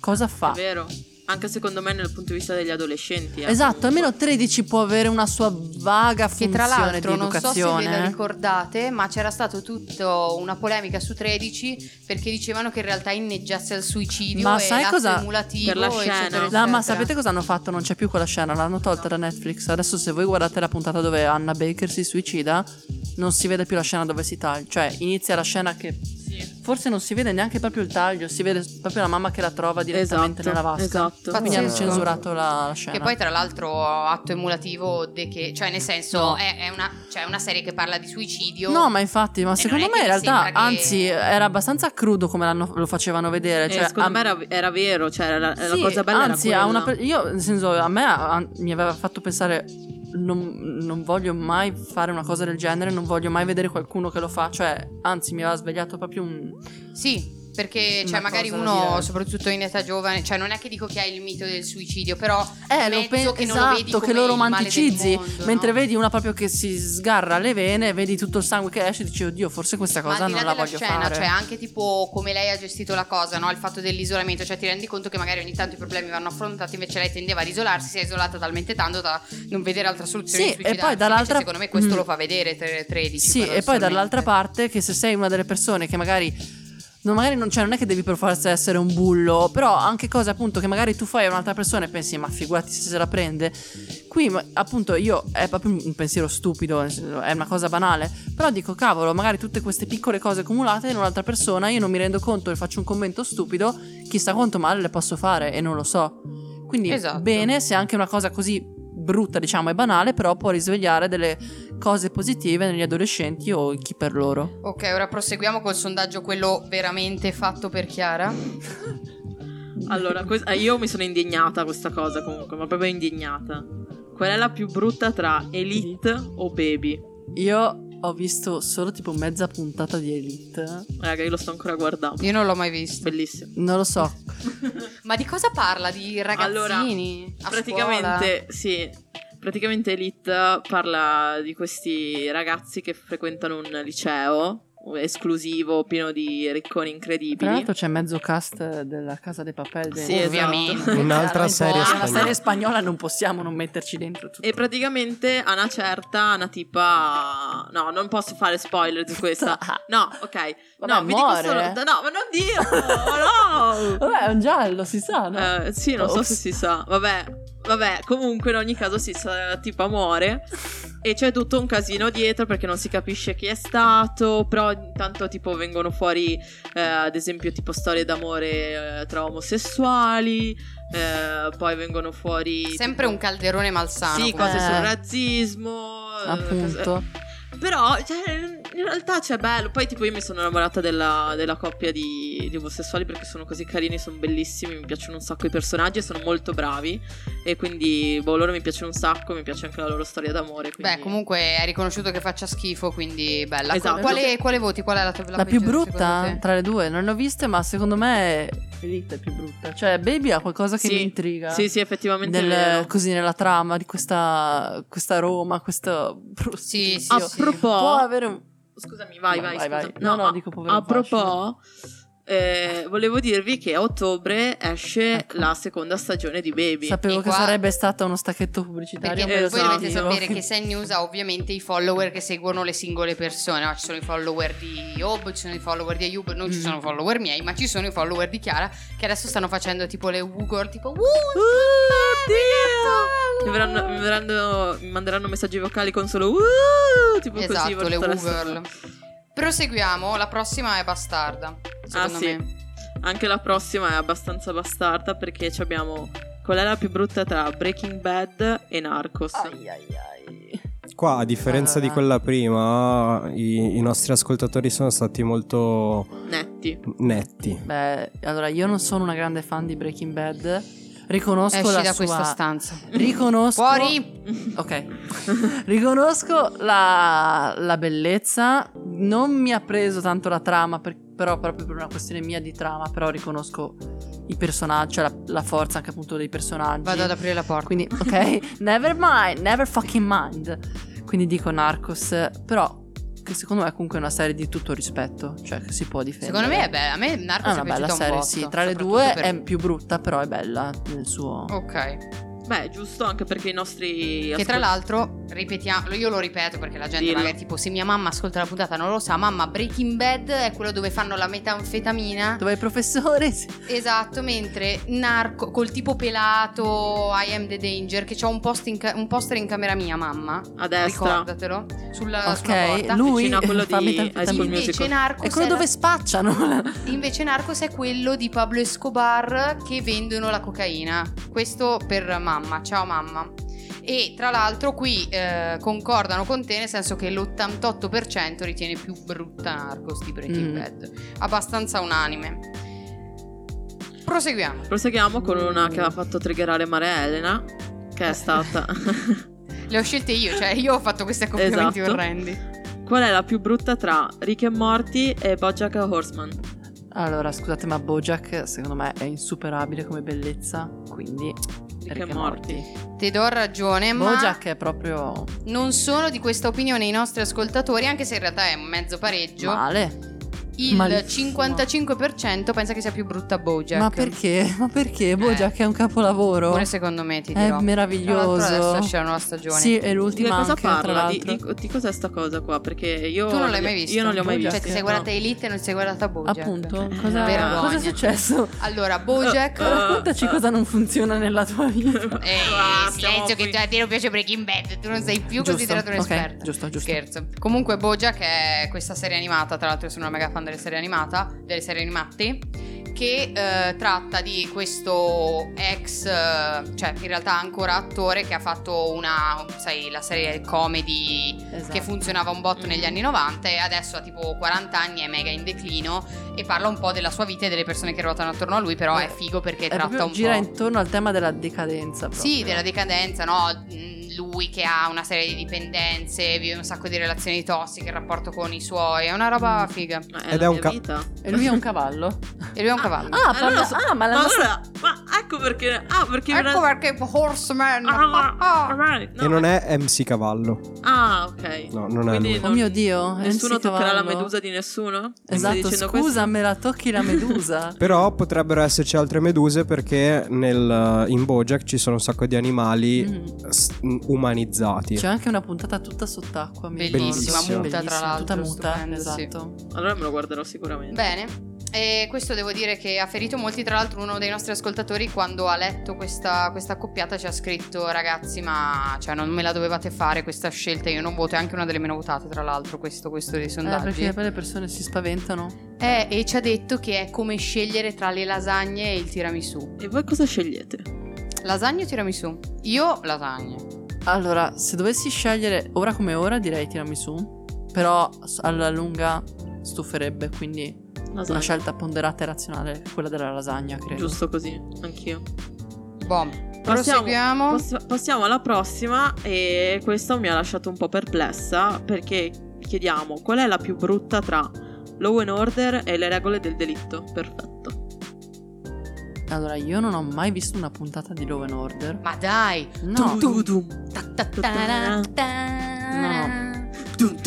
Speaker 4: cosa fa.
Speaker 2: vero? Anche secondo me dal punto di vista degli adolescenti. eh,
Speaker 4: Esatto,
Speaker 2: comunque.
Speaker 4: almeno 13 può avere una sua vaga
Speaker 3: Che tra
Speaker 4: funzione di
Speaker 3: l'altro non so se ve
Speaker 4: educazione. eh?
Speaker 3: la ricordate, ma c'era stata tutta una polemica su 13 perché dicevano che in realtà inneggiasse al suicidio
Speaker 4: Ma
Speaker 3: e
Speaker 4: sai
Speaker 3: l'atto
Speaker 4: cosa-
Speaker 3: emulativo,
Speaker 2: Per la
Speaker 3: eccetera,
Speaker 2: scena.
Speaker 3: eccetera.
Speaker 4: La- ma sapete cosa hanno fatto? Non c'è più quella scena, l'hanno tolta da Netflix. Adesso se voi guardate la puntata dove Anna Baker si suicida, non si vede più la scena dove si taglia. Cioè inizia la scena che
Speaker 2: Sì.
Speaker 4: Forse non si vede neanche proprio il taglio, si vede proprio la mamma che la trova direttamente
Speaker 2: Esatto,
Speaker 4: nella vasca.
Speaker 2: esatto.
Speaker 4: Quindi hanno
Speaker 3: Pazzesco.
Speaker 4: censurato la, la scena.
Speaker 3: Che poi tra l'altro atto emulativo de che, cioè nel senso
Speaker 4: No.
Speaker 3: è, è una, cioè, una serie che parla di suicidio.
Speaker 4: No, ma infatti, ma
Speaker 3: Eh,
Speaker 4: secondo
Speaker 3: non è
Speaker 4: me in
Speaker 3: che mi
Speaker 4: realtà,
Speaker 3: sembra che-
Speaker 4: anzi, era abbastanza crudo come l'hanno- lo facevano vedere.
Speaker 2: Eh,
Speaker 4: Cioè,
Speaker 2: secondo
Speaker 4: a-
Speaker 2: me era, era vero, cioè era- la, la
Speaker 4: Sì,
Speaker 2: cosa bella
Speaker 4: anzi,
Speaker 2: era
Speaker 4: a
Speaker 2: quella.
Speaker 4: una per- io, nel senso, a me a- mi aveva fatto pensare. Non, non voglio mai fare una cosa del genere, non voglio mai vedere qualcuno che lo fa. Cioè, anzi, mi aveva svegliato proprio un.
Speaker 3: Sì, perché cioè,
Speaker 4: Una
Speaker 3: magari
Speaker 4: cosa da
Speaker 3: uno,
Speaker 4: dire.
Speaker 3: soprattutto in età giovane, cioè non è che dico che hai il mito del suicidio, però
Speaker 4: Eh, lo
Speaker 3: mezzo
Speaker 4: penso
Speaker 3: che non lo
Speaker 4: esatto,
Speaker 3: vedi
Speaker 4: che
Speaker 3: come
Speaker 4: lo
Speaker 3: il male del
Speaker 4: romanticizzi.
Speaker 3: mondo,
Speaker 4: mentre
Speaker 3: no?
Speaker 4: vedi una proprio che si sgarra le vene, vedi tutto il sangue che esce e dici, oddio, forse questa
Speaker 3: Ma
Speaker 4: cosa
Speaker 3: al di là
Speaker 4: non la
Speaker 3: della
Speaker 4: voglio
Speaker 3: scena,
Speaker 4: fare.
Speaker 3: cioè anche tipo come lei ha gestito la cosa, no? il fatto dell'isolamento, cioè ti rendi conto che magari ogni tanto i problemi vanno affrontati, invece lei tendeva ad isolarsi, si è isolata talmente tanto da non vedere altra soluzione.
Speaker 4: Sì,
Speaker 3: di
Speaker 4: e
Speaker 3: suicidarsi.
Speaker 4: poi dall'altra-
Speaker 3: Invece, secondo me questo
Speaker 4: Mm.
Speaker 3: lo fa vedere tre- 13.
Speaker 4: Sì, e poi dall'altra parte che se sei una delle persone che magari. Non, magari non, cioè, non è che devi per forza essere un bullo, però anche cose appunto che magari tu fai a un'altra persona e pensi ma figurati se se la prende. Qui ma- appunto io è proprio un pensiero stupido, nel senso, è una cosa banale, però dico cavolo, magari tutte queste piccole cose accumulate in un'altra persona io non mi rendo conto e faccio un commento stupido, chissà quanto male le posso fare e non lo so. Quindi
Speaker 3: Esatto.
Speaker 4: bene se anche una cosa così brutta diciamo è banale, però può risvegliare delle cose positive negli adolescenti o in chi per loro.
Speaker 3: Ok, ora proseguiamo col sondaggio, quello veramente fatto per Chiara.
Speaker 2: Allora, que- eh, io mi sono indignata a questa cosa comunque, ma proprio indignata. Qual è la più brutta tra Elite o Baby?
Speaker 4: Io ho visto solo tipo mezza puntata di Elite.
Speaker 2: Raga, io lo sto ancora guardando.
Speaker 3: Io non l'ho mai visto.
Speaker 2: Bellissimo.
Speaker 4: Non lo so.
Speaker 3: Ma di cosa parla? Di ragazzini? A scuola?
Speaker 2: praticamente, sì, praticamente Elite parla di questi ragazzi che frequentano un liceo esclusivo, pieno di ricconi
Speaker 4: Tra
Speaker 2: incredibili.
Speaker 4: l'altro c'è mezzo cast della Casa dei Papel.
Speaker 2: Sì,
Speaker 4: dentro.
Speaker 2: esatto.
Speaker 3: Ovviamente.
Speaker 2: <laughs>
Speaker 1: Un'altra serie
Speaker 3: Chiaro, un po'.
Speaker 4: Ah,
Speaker 1: spagnola.
Speaker 4: una serie spagnola non possiamo non metterci dentro tutto.
Speaker 2: E praticamente a una certa, una tipa... No, non posso fare spoiler di questa. No, ok.
Speaker 4: Vabbè,
Speaker 2: no, vi dico
Speaker 4: muore.
Speaker 2: solo... No, ma non dirlo! No!
Speaker 4: <laughs> Vabbè, è un giallo, si sa, no?
Speaker 2: Eh, sì, non so
Speaker 4: Ops.
Speaker 2: se si sa. Vabbè, vabbè, comunque in ogni caso si sa, la tipa muore. E c'è tutto un casino dietro perché non si capisce chi è stato. Però intanto tipo vengono fuori, eh, ad esempio, tipo storie d'amore eh, tra omosessuali. eh, poi vengono fuori.
Speaker 3: Sempre un calderone malsano.
Speaker 2: Sì, cose
Speaker 3: comunque.
Speaker 4: Eh.
Speaker 2: sul razzismo. eh, cose-
Speaker 4: Appunto.
Speaker 2: Però cioè, in realtà c'è bello. Poi, tipo, io mi sono innamorata della, della coppia di, di omosessuali perché sono così carini, sono bellissimi, mi piacciono un sacco i personaggi e sono molto bravi. E quindi, boh, loro mi piacciono un sacco, mi piace anche la loro storia d'amore. Quindi...
Speaker 3: Beh, comunque è riconosciuto che faccia schifo, quindi bella.
Speaker 2: Esatto.
Speaker 3: Quale, quale voti? Qual è la tua la
Speaker 4: La più
Speaker 3: peggiore,
Speaker 4: brutta
Speaker 3: secondo te?
Speaker 4: tra le due, non l'ho vista, ma secondo me Elite è più brutta. Cioè, Baby ha qualcosa che
Speaker 2: Sì.
Speaker 4: mi intriga.
Speaker 2: Sì, sì, effettivamente. eh, è
Speaker 4: Nel-
Speaker 2: vero.
Speaker 4: così nella trama di questa, questa Roma, questo
Speaker 3: Sì, sì,
Speaker 2: A
Speaker 3: sì.
Speaker 4: Può
Speaker 2: proposito,
Speaker 4: avere un...
Speaker 2: scusami, vai, vai, scusa.
Speaker 4: No, no,
Speaker 2: a-
Speaker 4: dico povero
Speaker 2: A proposito, eh, volevo dirvi che a ottobre esce
Speaker 4: Ecco.
Speaker 2: la seconda stagione di Baby.
Speaker 4: Sapevo
Speaker 3: E
Speaker 4: che
Speaker 3: qua-
Speaker 4: sarebbe stato uno stacchetto
Speaker 3: Perché
Speaker 4: pubblicitario.
Speaker 2: Eh,
Speaker 4: per
Speaker 3: voi
Speaker 2: esatto.
Speaker 3: dovete sapere
Speaker 4: <laughs>
Speaker 3: che Sennews ha ovviamente i follower che seguono le singole persone. no? Ci sono i follower di Yob, ci sono i follower di Ayub, non ci
Speaker 4: Mm.
Speaker 3: sono i follower miei, ma ci sono i follower di Chiara che adesso stanno facendo tipo le Wugor, tipo "Uh,
Speaker 2: Uh, Dio! Mi, verranno- mi verranno- mi manderanno messaggi vocali con solo uh, tipo così.
Speaker 3: Esatto,
Speaker 2: per
Speaker 3: le
Speaker 2: tutta la
Speaker 3: U-Girl.
Speaker 2: stagione.
Speaker 3: Proseguiamo, la prossima è Bastarda. Secondo
Speaker 2: Ah, sì.
Speaker 3: me.
Speaker 2: Anche la prossima è abbastanza bastarda perché ci abbiamo qual è la più brutta tra Breaking Bad e Narcos.
Speaker 4: Ai, ai, ai.
Speaker 1: Qua, a differenza di quella prima, i, i nostri ascoltatori sono stati molto
Speaker 2: Netti.
Speaker 1: netti.
Speaker 4: Beh, allora io non sono una grande fan di Breaking Bad. Riconosco
Speaker 3: Esci
Speaker 4: la
Speaker 3: da
Speaker 4: sua
Speaker 3: questa stanza.
Speaker 4: Riconosco
Speaker 3: Fuori!
Speaker 4: Ok. <laughs> Riconosco la, la bellezza, non mi ha preso tanto la trama, per- però proprio per una questione mia di trama, però riconosco i personaggi, cioè la, la forza anche appunto dei personaggi.
Speaker 3: Vado ad aprire la porta.
Speaker 4: Quindi,
Speaker 3: <laughs>
Speaker 4: ok, never mind, never fucking mind. Quindi dico Narcos, però che secondo me comunque è una serie di tutto rispetto, cioè che si può difendere.
Speaker 3: Secondo me è bella. A me Narcos
Speaker 4: È
Speaker 3: è piaciuta
Speaker 4: una Ah, bella
Speaker 3: un
Speaker 4: serie,
Speaker 3: botto,
Speaker 4: sì. Tra le
Speaker 3: soprattutto
Speaker 4: due
Speaker 3: per- Oh.
Speaker 4: è più brutta, però è bella nel suo.
Speaker 3: Ok.
Speaker 2: Beh, giusto anche perché i nostri.
Speaker 3: Che
Speaker 2: ascolt-
Speaker 3: tra l'altro, ripetiamo, io lo ripeto perché la gente
Speaker 2: Dillo.
Speaker 3: magari tipo se mia mamma ascolta la puntata non lo sa, mamma Breaking Bad è quello dove fanno la metanfetamina.
Speaker 4: Dove il professore? si-
Speaker 3: Esatto, mentre Narco col tipo pelato I am the danger che c'ho un, post in ca- un poster in camera mia, mamma.
Speaker 2: A destra.
Speaker 3: Ricordatelo sulla, sulla
Speaker 4: Ok,
Speaker 3: porta.
Speaker 4: lui
Speaker 2: Vicino a
Speaker 4: <laughs>
Speaker 2: quello
Speaker 4: fa
Speaker 2: di
Speaker 4: metanfetamine.
Speaker 2: High School
Speaker 3: Invece
Speaker 2: Musical.
Speaker 3: Narcos
Speaker 4: È quello
Speaker 3: era-
Speaker 4: dove spacciano. <laughs>
Speaker 3: Invece Narcos è quello di Pablo Escobar che vendono la cocaina. Questo per mamma. Ciao mamma. E tra l'altro qui eh, concordano con te nel senso che l'88% ritiene più brutta Narcos di Breaking
Speaker 4: Mm.
Speaker 3: Bad. Abbastanza unanime. Proseguiamo.
Speaker 2: Proseguiamo con una che ha fatto triggerare Maria Elena. Che
Speaker 3: Eh.
Speaker 2: è stata. <laughs>
Speaker 3: Le ho scelte io, cioè io ho fatto questi accoppiamenti
Speaker 2: Esatto.
Speaker 3: orrendi.
Speaker 2: Qual è la più brutta tra Rick e Morty e Bojack Horseman?
Speaker 4: Allora, scusate, ma Bojack secondo me è insuperabile come bellezza, quindi
Speaker 2: Rick,
Speaker 4: Rick
Speaker 2: e
Speaker 4: e
Speaker 2: Morty.
Speaker 3: Ti do ragione, ma
Speaker 4: Bojack è proprio
Speaker 3: non sono di questa opinione i nostri ascoltatori, anche se in realtà è un mezzo pareggio.
Speaker 4: male.
Speaker 3: Il
Speaker 4: Malissimo.
Speaker 3: 55% pensa che sia più brutta Bojack.
Speaker 4: Ma perché? Ma perché Bojack è un capolavoro?
Speaker 3: Eh. Pure secondo me ti
Speaker 4: È
Speaker 3: dirò. Tra l'altro adesso
Speaker 4: meraviglioso.
Speaker 3: esce la nuova stagione.
Speaker 4: Sì, è
Speaker 2: Di che
Speaker 4: l'ultima
Speaker 2: cosa
Speaker 4: anche, tra
Speaker 2: parla? Di,
Speaker 4: l'altro.
Speaker 2: di- di cos'è sta cosa qua? Perché io.
Speaker 3: Tu non l'hai mai vista?
Speaker 2: Io non li ho mai
Speaker 4: Bojack.
Speaker 2: visti.
Speaker 3: Cioè, ti sei
Speaker 4: no.
Speaker 3: guardata Elite e non ti sei guardata Bojack.
Speaker 4: Appunto,
Speaker 2: Eh,
Speaker 4: cosa,
Speaker 3: vergogna.
Speaker 4: cosa è successo?
Speaker 3: Allora, Bojack...
Speaker 2: Eh, eh.
Speaker 4: Raccontaci cosa non funziona nella tua
Speaker 2: <laughs>
Speaker 4: vita.
Speaker 3: Ehi,
Speaker 2: Ah, siamo
Speaker 3: Eh, silenzio che
Speaker 2: qui.
Speaker 3: ti- a te non piace Breaking Bad, tu non sei più
Speaker 4: Giusto,
Speaker 3: considerato un
Speaker 4: ok,
Speaker 3: esperto.
Speaker 4: giusto, Ah, giusto.
Speaker 3: Scherzo. Comunque Bojack è questa serie animata, tra l'altro io sono una mega fan delle serie animata, delle serie animate, che eh, tratta di questo ex, eh, cioè in realtà ancora attore che ha fatto una, sai, la serie comedy
Speaker 4: Esatto.
Speaker 3: che funzionava un botto
Speaker 2: Mm.
Speaker 3: negli anni 90 e adesso ha tipo 40 anni, è mega in declino e parla un po' della sua vita e delle persone che ruotano attorno a lui, però
Speaker 4: Beh,
Speaker 3: è figo perché
Speaker 4: È
Speaker 3: tratta
Speaker 4: Eh, proprio-
Speaker 3: un
Speaker 4: gira
Speaker 3: po'...
Speaker 4: intorno al tema della decadenza. Proprio.
Speaker 3: Sì, della decadenza, no? Mm, Lui che ha una serie di dipendenze, vive un sacco di relazioni tossiche, il rapporto con i suoi, è una roba
Speaker 4: Mm.
Speaker 3: figa.
Speaker 2: Ma
Speaker 1: Ed
Speaker 2: Eh, la
Speaker 1: è un
Speaker 2: mia
Speaker 1: ca-
Speaker 2: vita.
Speaker 4: E lui
Speaker 2: <laughs>
Speaker 4: è un cavallo.
Speaker 3: E lui è un cavallo.
Speaker 4: Ah,
Speaker 2: Allora
Speaker 4: parla-
Speaker 2: so-
Speaker 4: ah, ma la
Speaker 2: ma
Speaker 4: nostra-
Speaker 2: allora, ma ecco perché. Ah, perché
Speaker 3: ecco
Speaker 2: non è.
Speaker 3: perché Horseman.
Speaker 2: Ah,
Speaker 3: Ah, ah.
Speaker 2: alright, no,
Speaker 1: e non
Speaker 2: ma-
Speaker 1: è MC Cavallo.
Speaker 2: Ah, ok.
Speaker 1: No, non è
Speaker 2: Quindi
Speaker 1: lui.
Speaker 2: non-
Speaker 4: Oh mio Dio, è
Speaker 2: Nessuno
Speaker 4: un
Speaker 2: toccherà la
Speaker 4: cavallo.
Speaker 2: medusa di nessuno? Mi stai
Speaker 4: Esatto,
Speaker 2: dicendo
Speaker 4: scusa, me la tocchi
Speaker 3: <laughs>
Speaker 4: la medusa.
Speaker 1: Però potrebbero esserci altre meduse perché nel- in Bojack ci sono un sacco di animali
Speaker 4: Mm.
Speaker 1: s- umanizzati.
Speaker 4: C'è anche una puntata tutta sott'acqua. mi ricordo.
Speaker 3: Bellissima,
Speaker 1: Bellissimo.
Speaker 3: muta tra
Speaker 4: Bellissima,
Speaker 3: l'altro.
Speaker 4: Tutta muta,
Speaker 3: stupendo, sì.
Speaker 4: esatto.
Speaker 2: questo? Allora me lo guarderò sicuramente.
Speaker 3: Bene. E questo devo dire che ha ferito molti, tra l'altro uno dei nostri ascoltatori quando ha letto questa, questa accoppiata ci ha scritto ragazzi ma cioè, non me la dovevate fare questa scelta, io non voto, è anche una delle meno votate tra l'altro questo, questo dei
Speaker 4: Eh,
Speaker 3: sondaggi.
Speaker 4: perché poi le persone si spaventano.
Speaker 3: Eh, e ci ha detto che è come scegliere tra le lasagne e il tiramisù.
Speaker 2: E voi cosa scegliete?
Speaker 3: Lasagne o tiramisù? Io lasagne.
Speaker 4: Allora, se dovessi scegliere ora come ora, direi tirami su. Però s- alla lunga stuferebbe, quindi
Speaker 2: Lasagna.
Speaker 4: una scelta ponderata e razionale, quella della lasagna, credo.
Speaker 2: Giusto così, anch'io.
Speaker 3: Bom.
Speaker 2: Passiamo-
Speaker 3: Proseguiamo.
Speaker 2: Poss- passiamo alla prossima e questa mi ha lasciato un po' perplessa perché chiediamo qual è la più brutta tra Law and Order e le regole del delitto. Perfetto.
Speaker 4: Allora, io non ho mai visto una puntata di Law and Order.
Speaker 3: Ma dai.
Speaker 4: No,
Speaker 3: Ta ta ta ta <laughs> ta.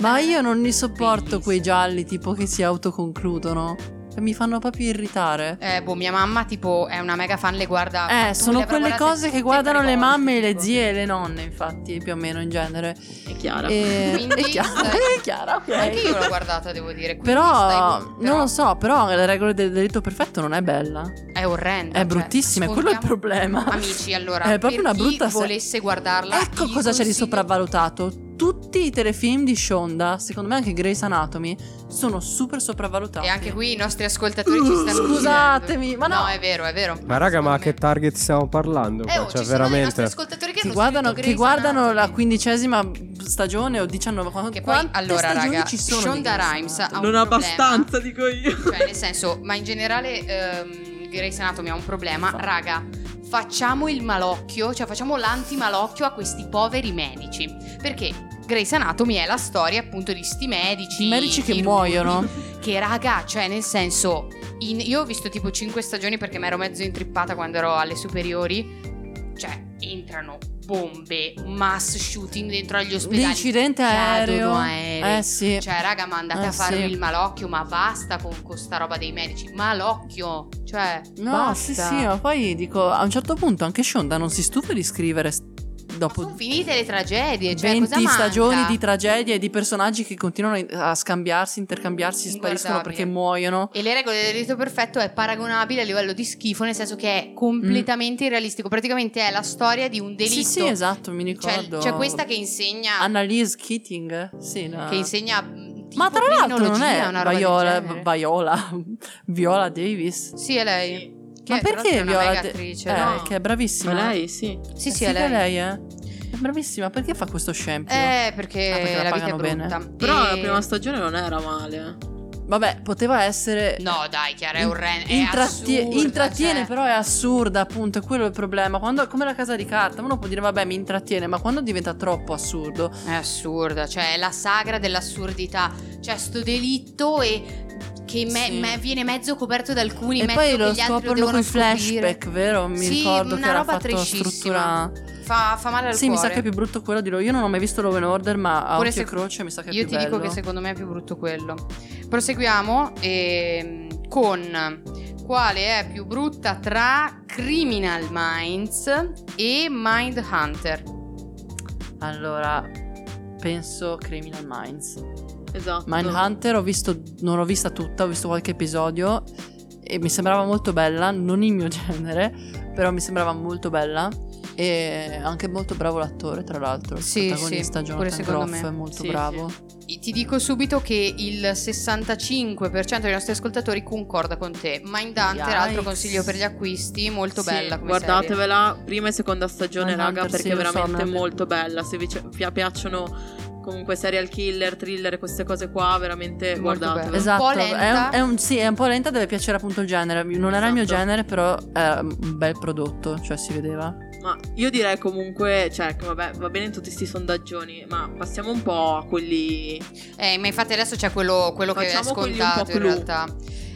Speaker 4: ma io non ne sopporto
Speaker 3: Bellissimo.
Speaker 4: quei gialli tipo che si autoconcludono. E mi fanno proprio irritare.
Speaker 3: Eh, boh, mia mamma tipo è una mega fan, le guarda...
Speaker 4: Eh,
Speaker 3: tu le
Speaker 4: sono
Speaker 3: avrai
Speaker 4: quelle
Speaker 3: guardate
Speaker 4: cose
Speaker 3: tutte
Speaker 4: che
Speaker 3: e
Speaker 4: guardano
Speaker 3: tre
Speaker 4: le
Speaker 3: volte,
Speaker 4: mamme, e le
Speaker 3: tipo.
Speaker 4: zie e le nonne, infatti, più o meno in genere.
Speaker 2: È chiara.
Speaker 4: E...
Speaker 3: <laughs> Quindi-
Speaker 4: è chiaro, <laughs> è chiaro, ok.
Speaker 3: Anche io l'ho guardata, devo dire. quindi
Speaker 4: Però,
Speaker 3: stai- però
Speaker 4: non lo so, però le regole del delitto perfetto non è bella.
Speaker 3: È orrenda.
Speaker 4: È
Speaker 3: cioè,
Speaker 4: bruttissima, è quello il
Speaker 3: ascoltiamo-
Speaker 4: problema.
Speaker 3: Amici, allora,
Speaker 4: È proprio
Speaker 3: per
Speaker 4: una
Speaker 3: chi
Speaker 4: brutta se-
Speaker 3: volesse guardarla...
Speaker 4: Ecco
Speaker 3: vi
Speaker 4: cosa c'è di
Speaker 3: consiglio-
Speaker 4: sopravvalutato. Tutti i telefilm di Shonda, secondo me anche Grey's Anatomy, sono super sopravvalutati.
Speaker 3: E anche qui i nostri ascoltatori ci stanno
Speaker 4: <laughs> Scusatemi,
Speaker 3: dicendo.
Speaker 4: ma no.
Speaker 3: è vero, è vero.
Speaker 1: Ma raga, ma
Speaker 3: Secondo
Speaker 1: che target stiamo parlando?
Speaker 3: me- eh,
Speaker 1: qua?
Speaker 3: oh,
Speaker 1: cioè,
Speaker 3: ci sono dei nostri
Speaker 1: veramente.
Speaker 3: ascoltatori che perché
Speaker 4: Ti
Speaker 3: hanno
Speaker 4: guardano,
Speaker 3: scritto
Speaker 4: ti
Speaker 3: Grey's
Speaker 4: guardano la
Speaker 3: Anatomy?
Speaker 4: quindicesima stagione o diciannove quant-
Speaker 3: Che poi,
Speaker 4: quante
Speaker 3: allora,
Speaker 4: stagioni
Speaker 3: raga,
Speaker 4: ci sono
Speaker 3: Shonda
Speaker 4: di Grey's
Speaker 3: Rhimes ha
Speaker 4: Anatomy?
Speaker 2: <laughs>
Speaker 3: un
Speaker 2: non
Speaker 3: problema.
Speaker 2: abbastanza, dico io.
Speaker 3: Cioè, nel senso, ma in generale ehm, Grey's Anatomy ha un problema. Raga, facciamo il malocchio, cioè facciamo l'antimalocchio a questi poveri medici. Perché Grey's Anatomy è la storia appunto di sti medici.
Speaker 4: Medici che
Speaker 3: chirurghi,
Speaker 4: muoiono.
Speaker 3: Che raga, cioè nel senso... in- io ho visto tipo 5 stagioni perché mi ero mezzo intrippata quando ero alle superiori. Cioè, entrano bombe, mass shooting dentro agli ospedali. Cioè,
Speaker 4: L'incidente aereo.
Speaker 3: Cadono aerei.
Speaker 4: Eh sì.
Speaker 3: Cioè, raga, ma andate
Speaker 4: Eh,
Speaker 3: a farvi
Speaker 4: sì.
Speaker 3: il malocchio, ma basta con questa roba dei medici. Malocchio, cioè,
Speaker 4: No,
Speaker 3: basta.
Speaker 4: sì, sì, oh, ma poi dico, a un certo punto anche Shonda non si stufa di scrivere s- dopo
Speaker 3: Sono finite le tragedie, cioè,
Speaker 4: 20
Speaker 3: cosa manca?
Speaker 4: stagioni di tragedie e di personaggi che continuano a scambiarsi, intercambiarsi, spariscono
Speaker 3: Inguardabile.
Speaker 4: perché muoiono.
Speaker 3: E le regole del rito perfetto è paragonabile a livello di schifo, nel senso che è completamente irrealistico. Praticamente è la storia di un delitto.
Speaker 4: Mm. Sì, sì, esatto, mi
Speaker 3: Cioè,
Speaker 4: ricordo.
Speaker 3: c'è questa che insegna.
Speaker 4: Annalise Keating, sì, no.
Speaker 3: Che insegna. mh, tipo,
Speaker 4: Ma tra l'altro non
Speaker 3: criminologia,
Speaker 4: è
Speaker 3: una roba del
Speaker 4: Viola,
Speaker 3: genere.
Speaker 4: Viola, <laughs> Viola Davis.
Speaker 3: Sì, è lei. Che
Speaker 4: Ma
Speaker 3: è, tra
Speaker 4: perché
Speaker 3: l'altro, è una
Speaker 4: Viola
Speaker 3: mega
Speaker 4: De-
Speaker 3: attrice,
Speaker 4: eh,
Speaker 3: no?
Speaker 4: Che è bravissima.
Speaker 2: Ma lei, sì.
Speaker 3: Sì,
Speaker 4: Eh,
Speaker 3: sì, è
Speaker 4: che
Speaker 3: lei.
Speaker 4: eh. È bravissima, perché fa questo scempio?
Speaker 3: Eh, perché,
Speaker 4: Ah, perché la
Speaker 3: la, vita è
Speaker 4: pagano bene.
Speaker 3: brutta.
Speaker 2: Però la
Speaker 3: E-
Speaker 2: prima stagione non era male. eh.
Speaker 4: Vabbè, poteva essere
Speaker 3: No, dai, Chiara, è un re. è
Speaker 4: Intratti-
Speaker 3: assurda,
Speaker 4: intrattiene,
Speaker 3: cioè.
Speaker 4: però è assurda, appunto, è quello il problema. Quando, come la casa di carta, uno può dire, vabbè, mi intrattiene, ma quando diventa troppo assurdo,
Speaker 3: È assurda, cioè, è la sagra dell'assurdità. Cioè, sto delitto e. Che me-
Speaker 4: Sì.
Speaker 3: me- viene mezzo coperto da alcuni,
Speaker 4: e
Speaker 3: mezzo
Speaker 4: poi
Speaker 3: che
Speaker 4: lo
Speaker 3: gli altri lo
Speaker 4: scoprono
Speaker 3: devono
Speaker 4: con
Speaker 3: scoprire.
Speaker 4: flashback, vero? Mi
Speaker 3: Sì,
Speaker 4: ricordo
Speaker 3: una
Speaker 4: che era
Speaker 3: roba
Speaker 4: fatto
Speaker 3: trecissima.
Speaker 4: struttura.
Speaker 3: Fa, fa male al
Speaker 4: Sì, mi
Speaker 3: cuore.
Speaker 4: sa che è più brutto quello di loro. Io non ho mai visto Law and Order, ma a
Speaker 3: Pure
Speaker 4: occhio e
Speaker 3: se-
Speaker 4: croce mi sa che è
Speaker 3: Io
Speaker 4: più
Speaker 3: ti dico
Speaker 4: bello.
Speaker 3: che secondo me è più brutto quello. Proseguiamo ehm, con quale è più brutta tra Criminal Minds e Mindhunter.
Speaker 4: Allora, penso Criminal Minds.
Speaker 2: Esatto.
Speaker 4: Mindhunter ho visto, non l'ho vista tutta, ho visto qualche episodio e mi sembrava molto bella, non il mio <laughs> genere, però mi sembrava molto bella e anche molto bravo l'attore tra l'altro, il
Speaker 3: Sì,
Speaker 4: protagonista
Speaker 3: sì, pure
Speaker 4: Jonathan
Speaker 3: secondo
Speaker 4: Groff
Speaker 3: me.
Speaker 4: è molto
Speaker 2: Sì,
Speaker 4: bravo.
Speaker 3: E Ti dico subito che il 65% dei nostri ascoltatori concorda con te. Mindhunter,
Speaker 4: Yikes.
Speaker 3: altro consiglio per gli acquisti, molto
Speaker 2: Sì,
Speaker 3: bella come serie.
Speaker 2: guardatevela prima e seconda stagione,
Speaker 4: Manhunter,
Speaker 2: raga, perché
Speaker 4: sì,
Speaker 2: è
Speaker 4: lo so,
Speaker 2: veramente
Speaker 4: Manhunter.
Speaker 2: molto bella. Se vi, ci- vi piacciono comunque serial killer, thriller, queste cose qua, veramente
Speaker 3: Molto
Speaker 2: guardatevela.
Speaker 3: bella. Esatto.
Speaker 4: Esatto,
Speaker 3: po'
Speaker 4: è
Speaker 3: lenta.
Speaker 4: un, è un- sì, è un po' lenta, deve piacere appunto il genere. Non era il mio
Speaker 2: Esatto.
Speaker 4: genere, però era un bel prodotto, cioè si vedeva.
Speaker 2: Ma io direi comunque, cioè, che vabbè, va bene tutti questi sondaggioni, ma passiamo un po' a quelli...
Speaker 3: Eh, ma infatti adesso c'è quello, quello che è
Speaker 2: Facciamo quelli un po'
Speaker 3: scontato in
Speaker 2: clou.
Speaker 3: realtà.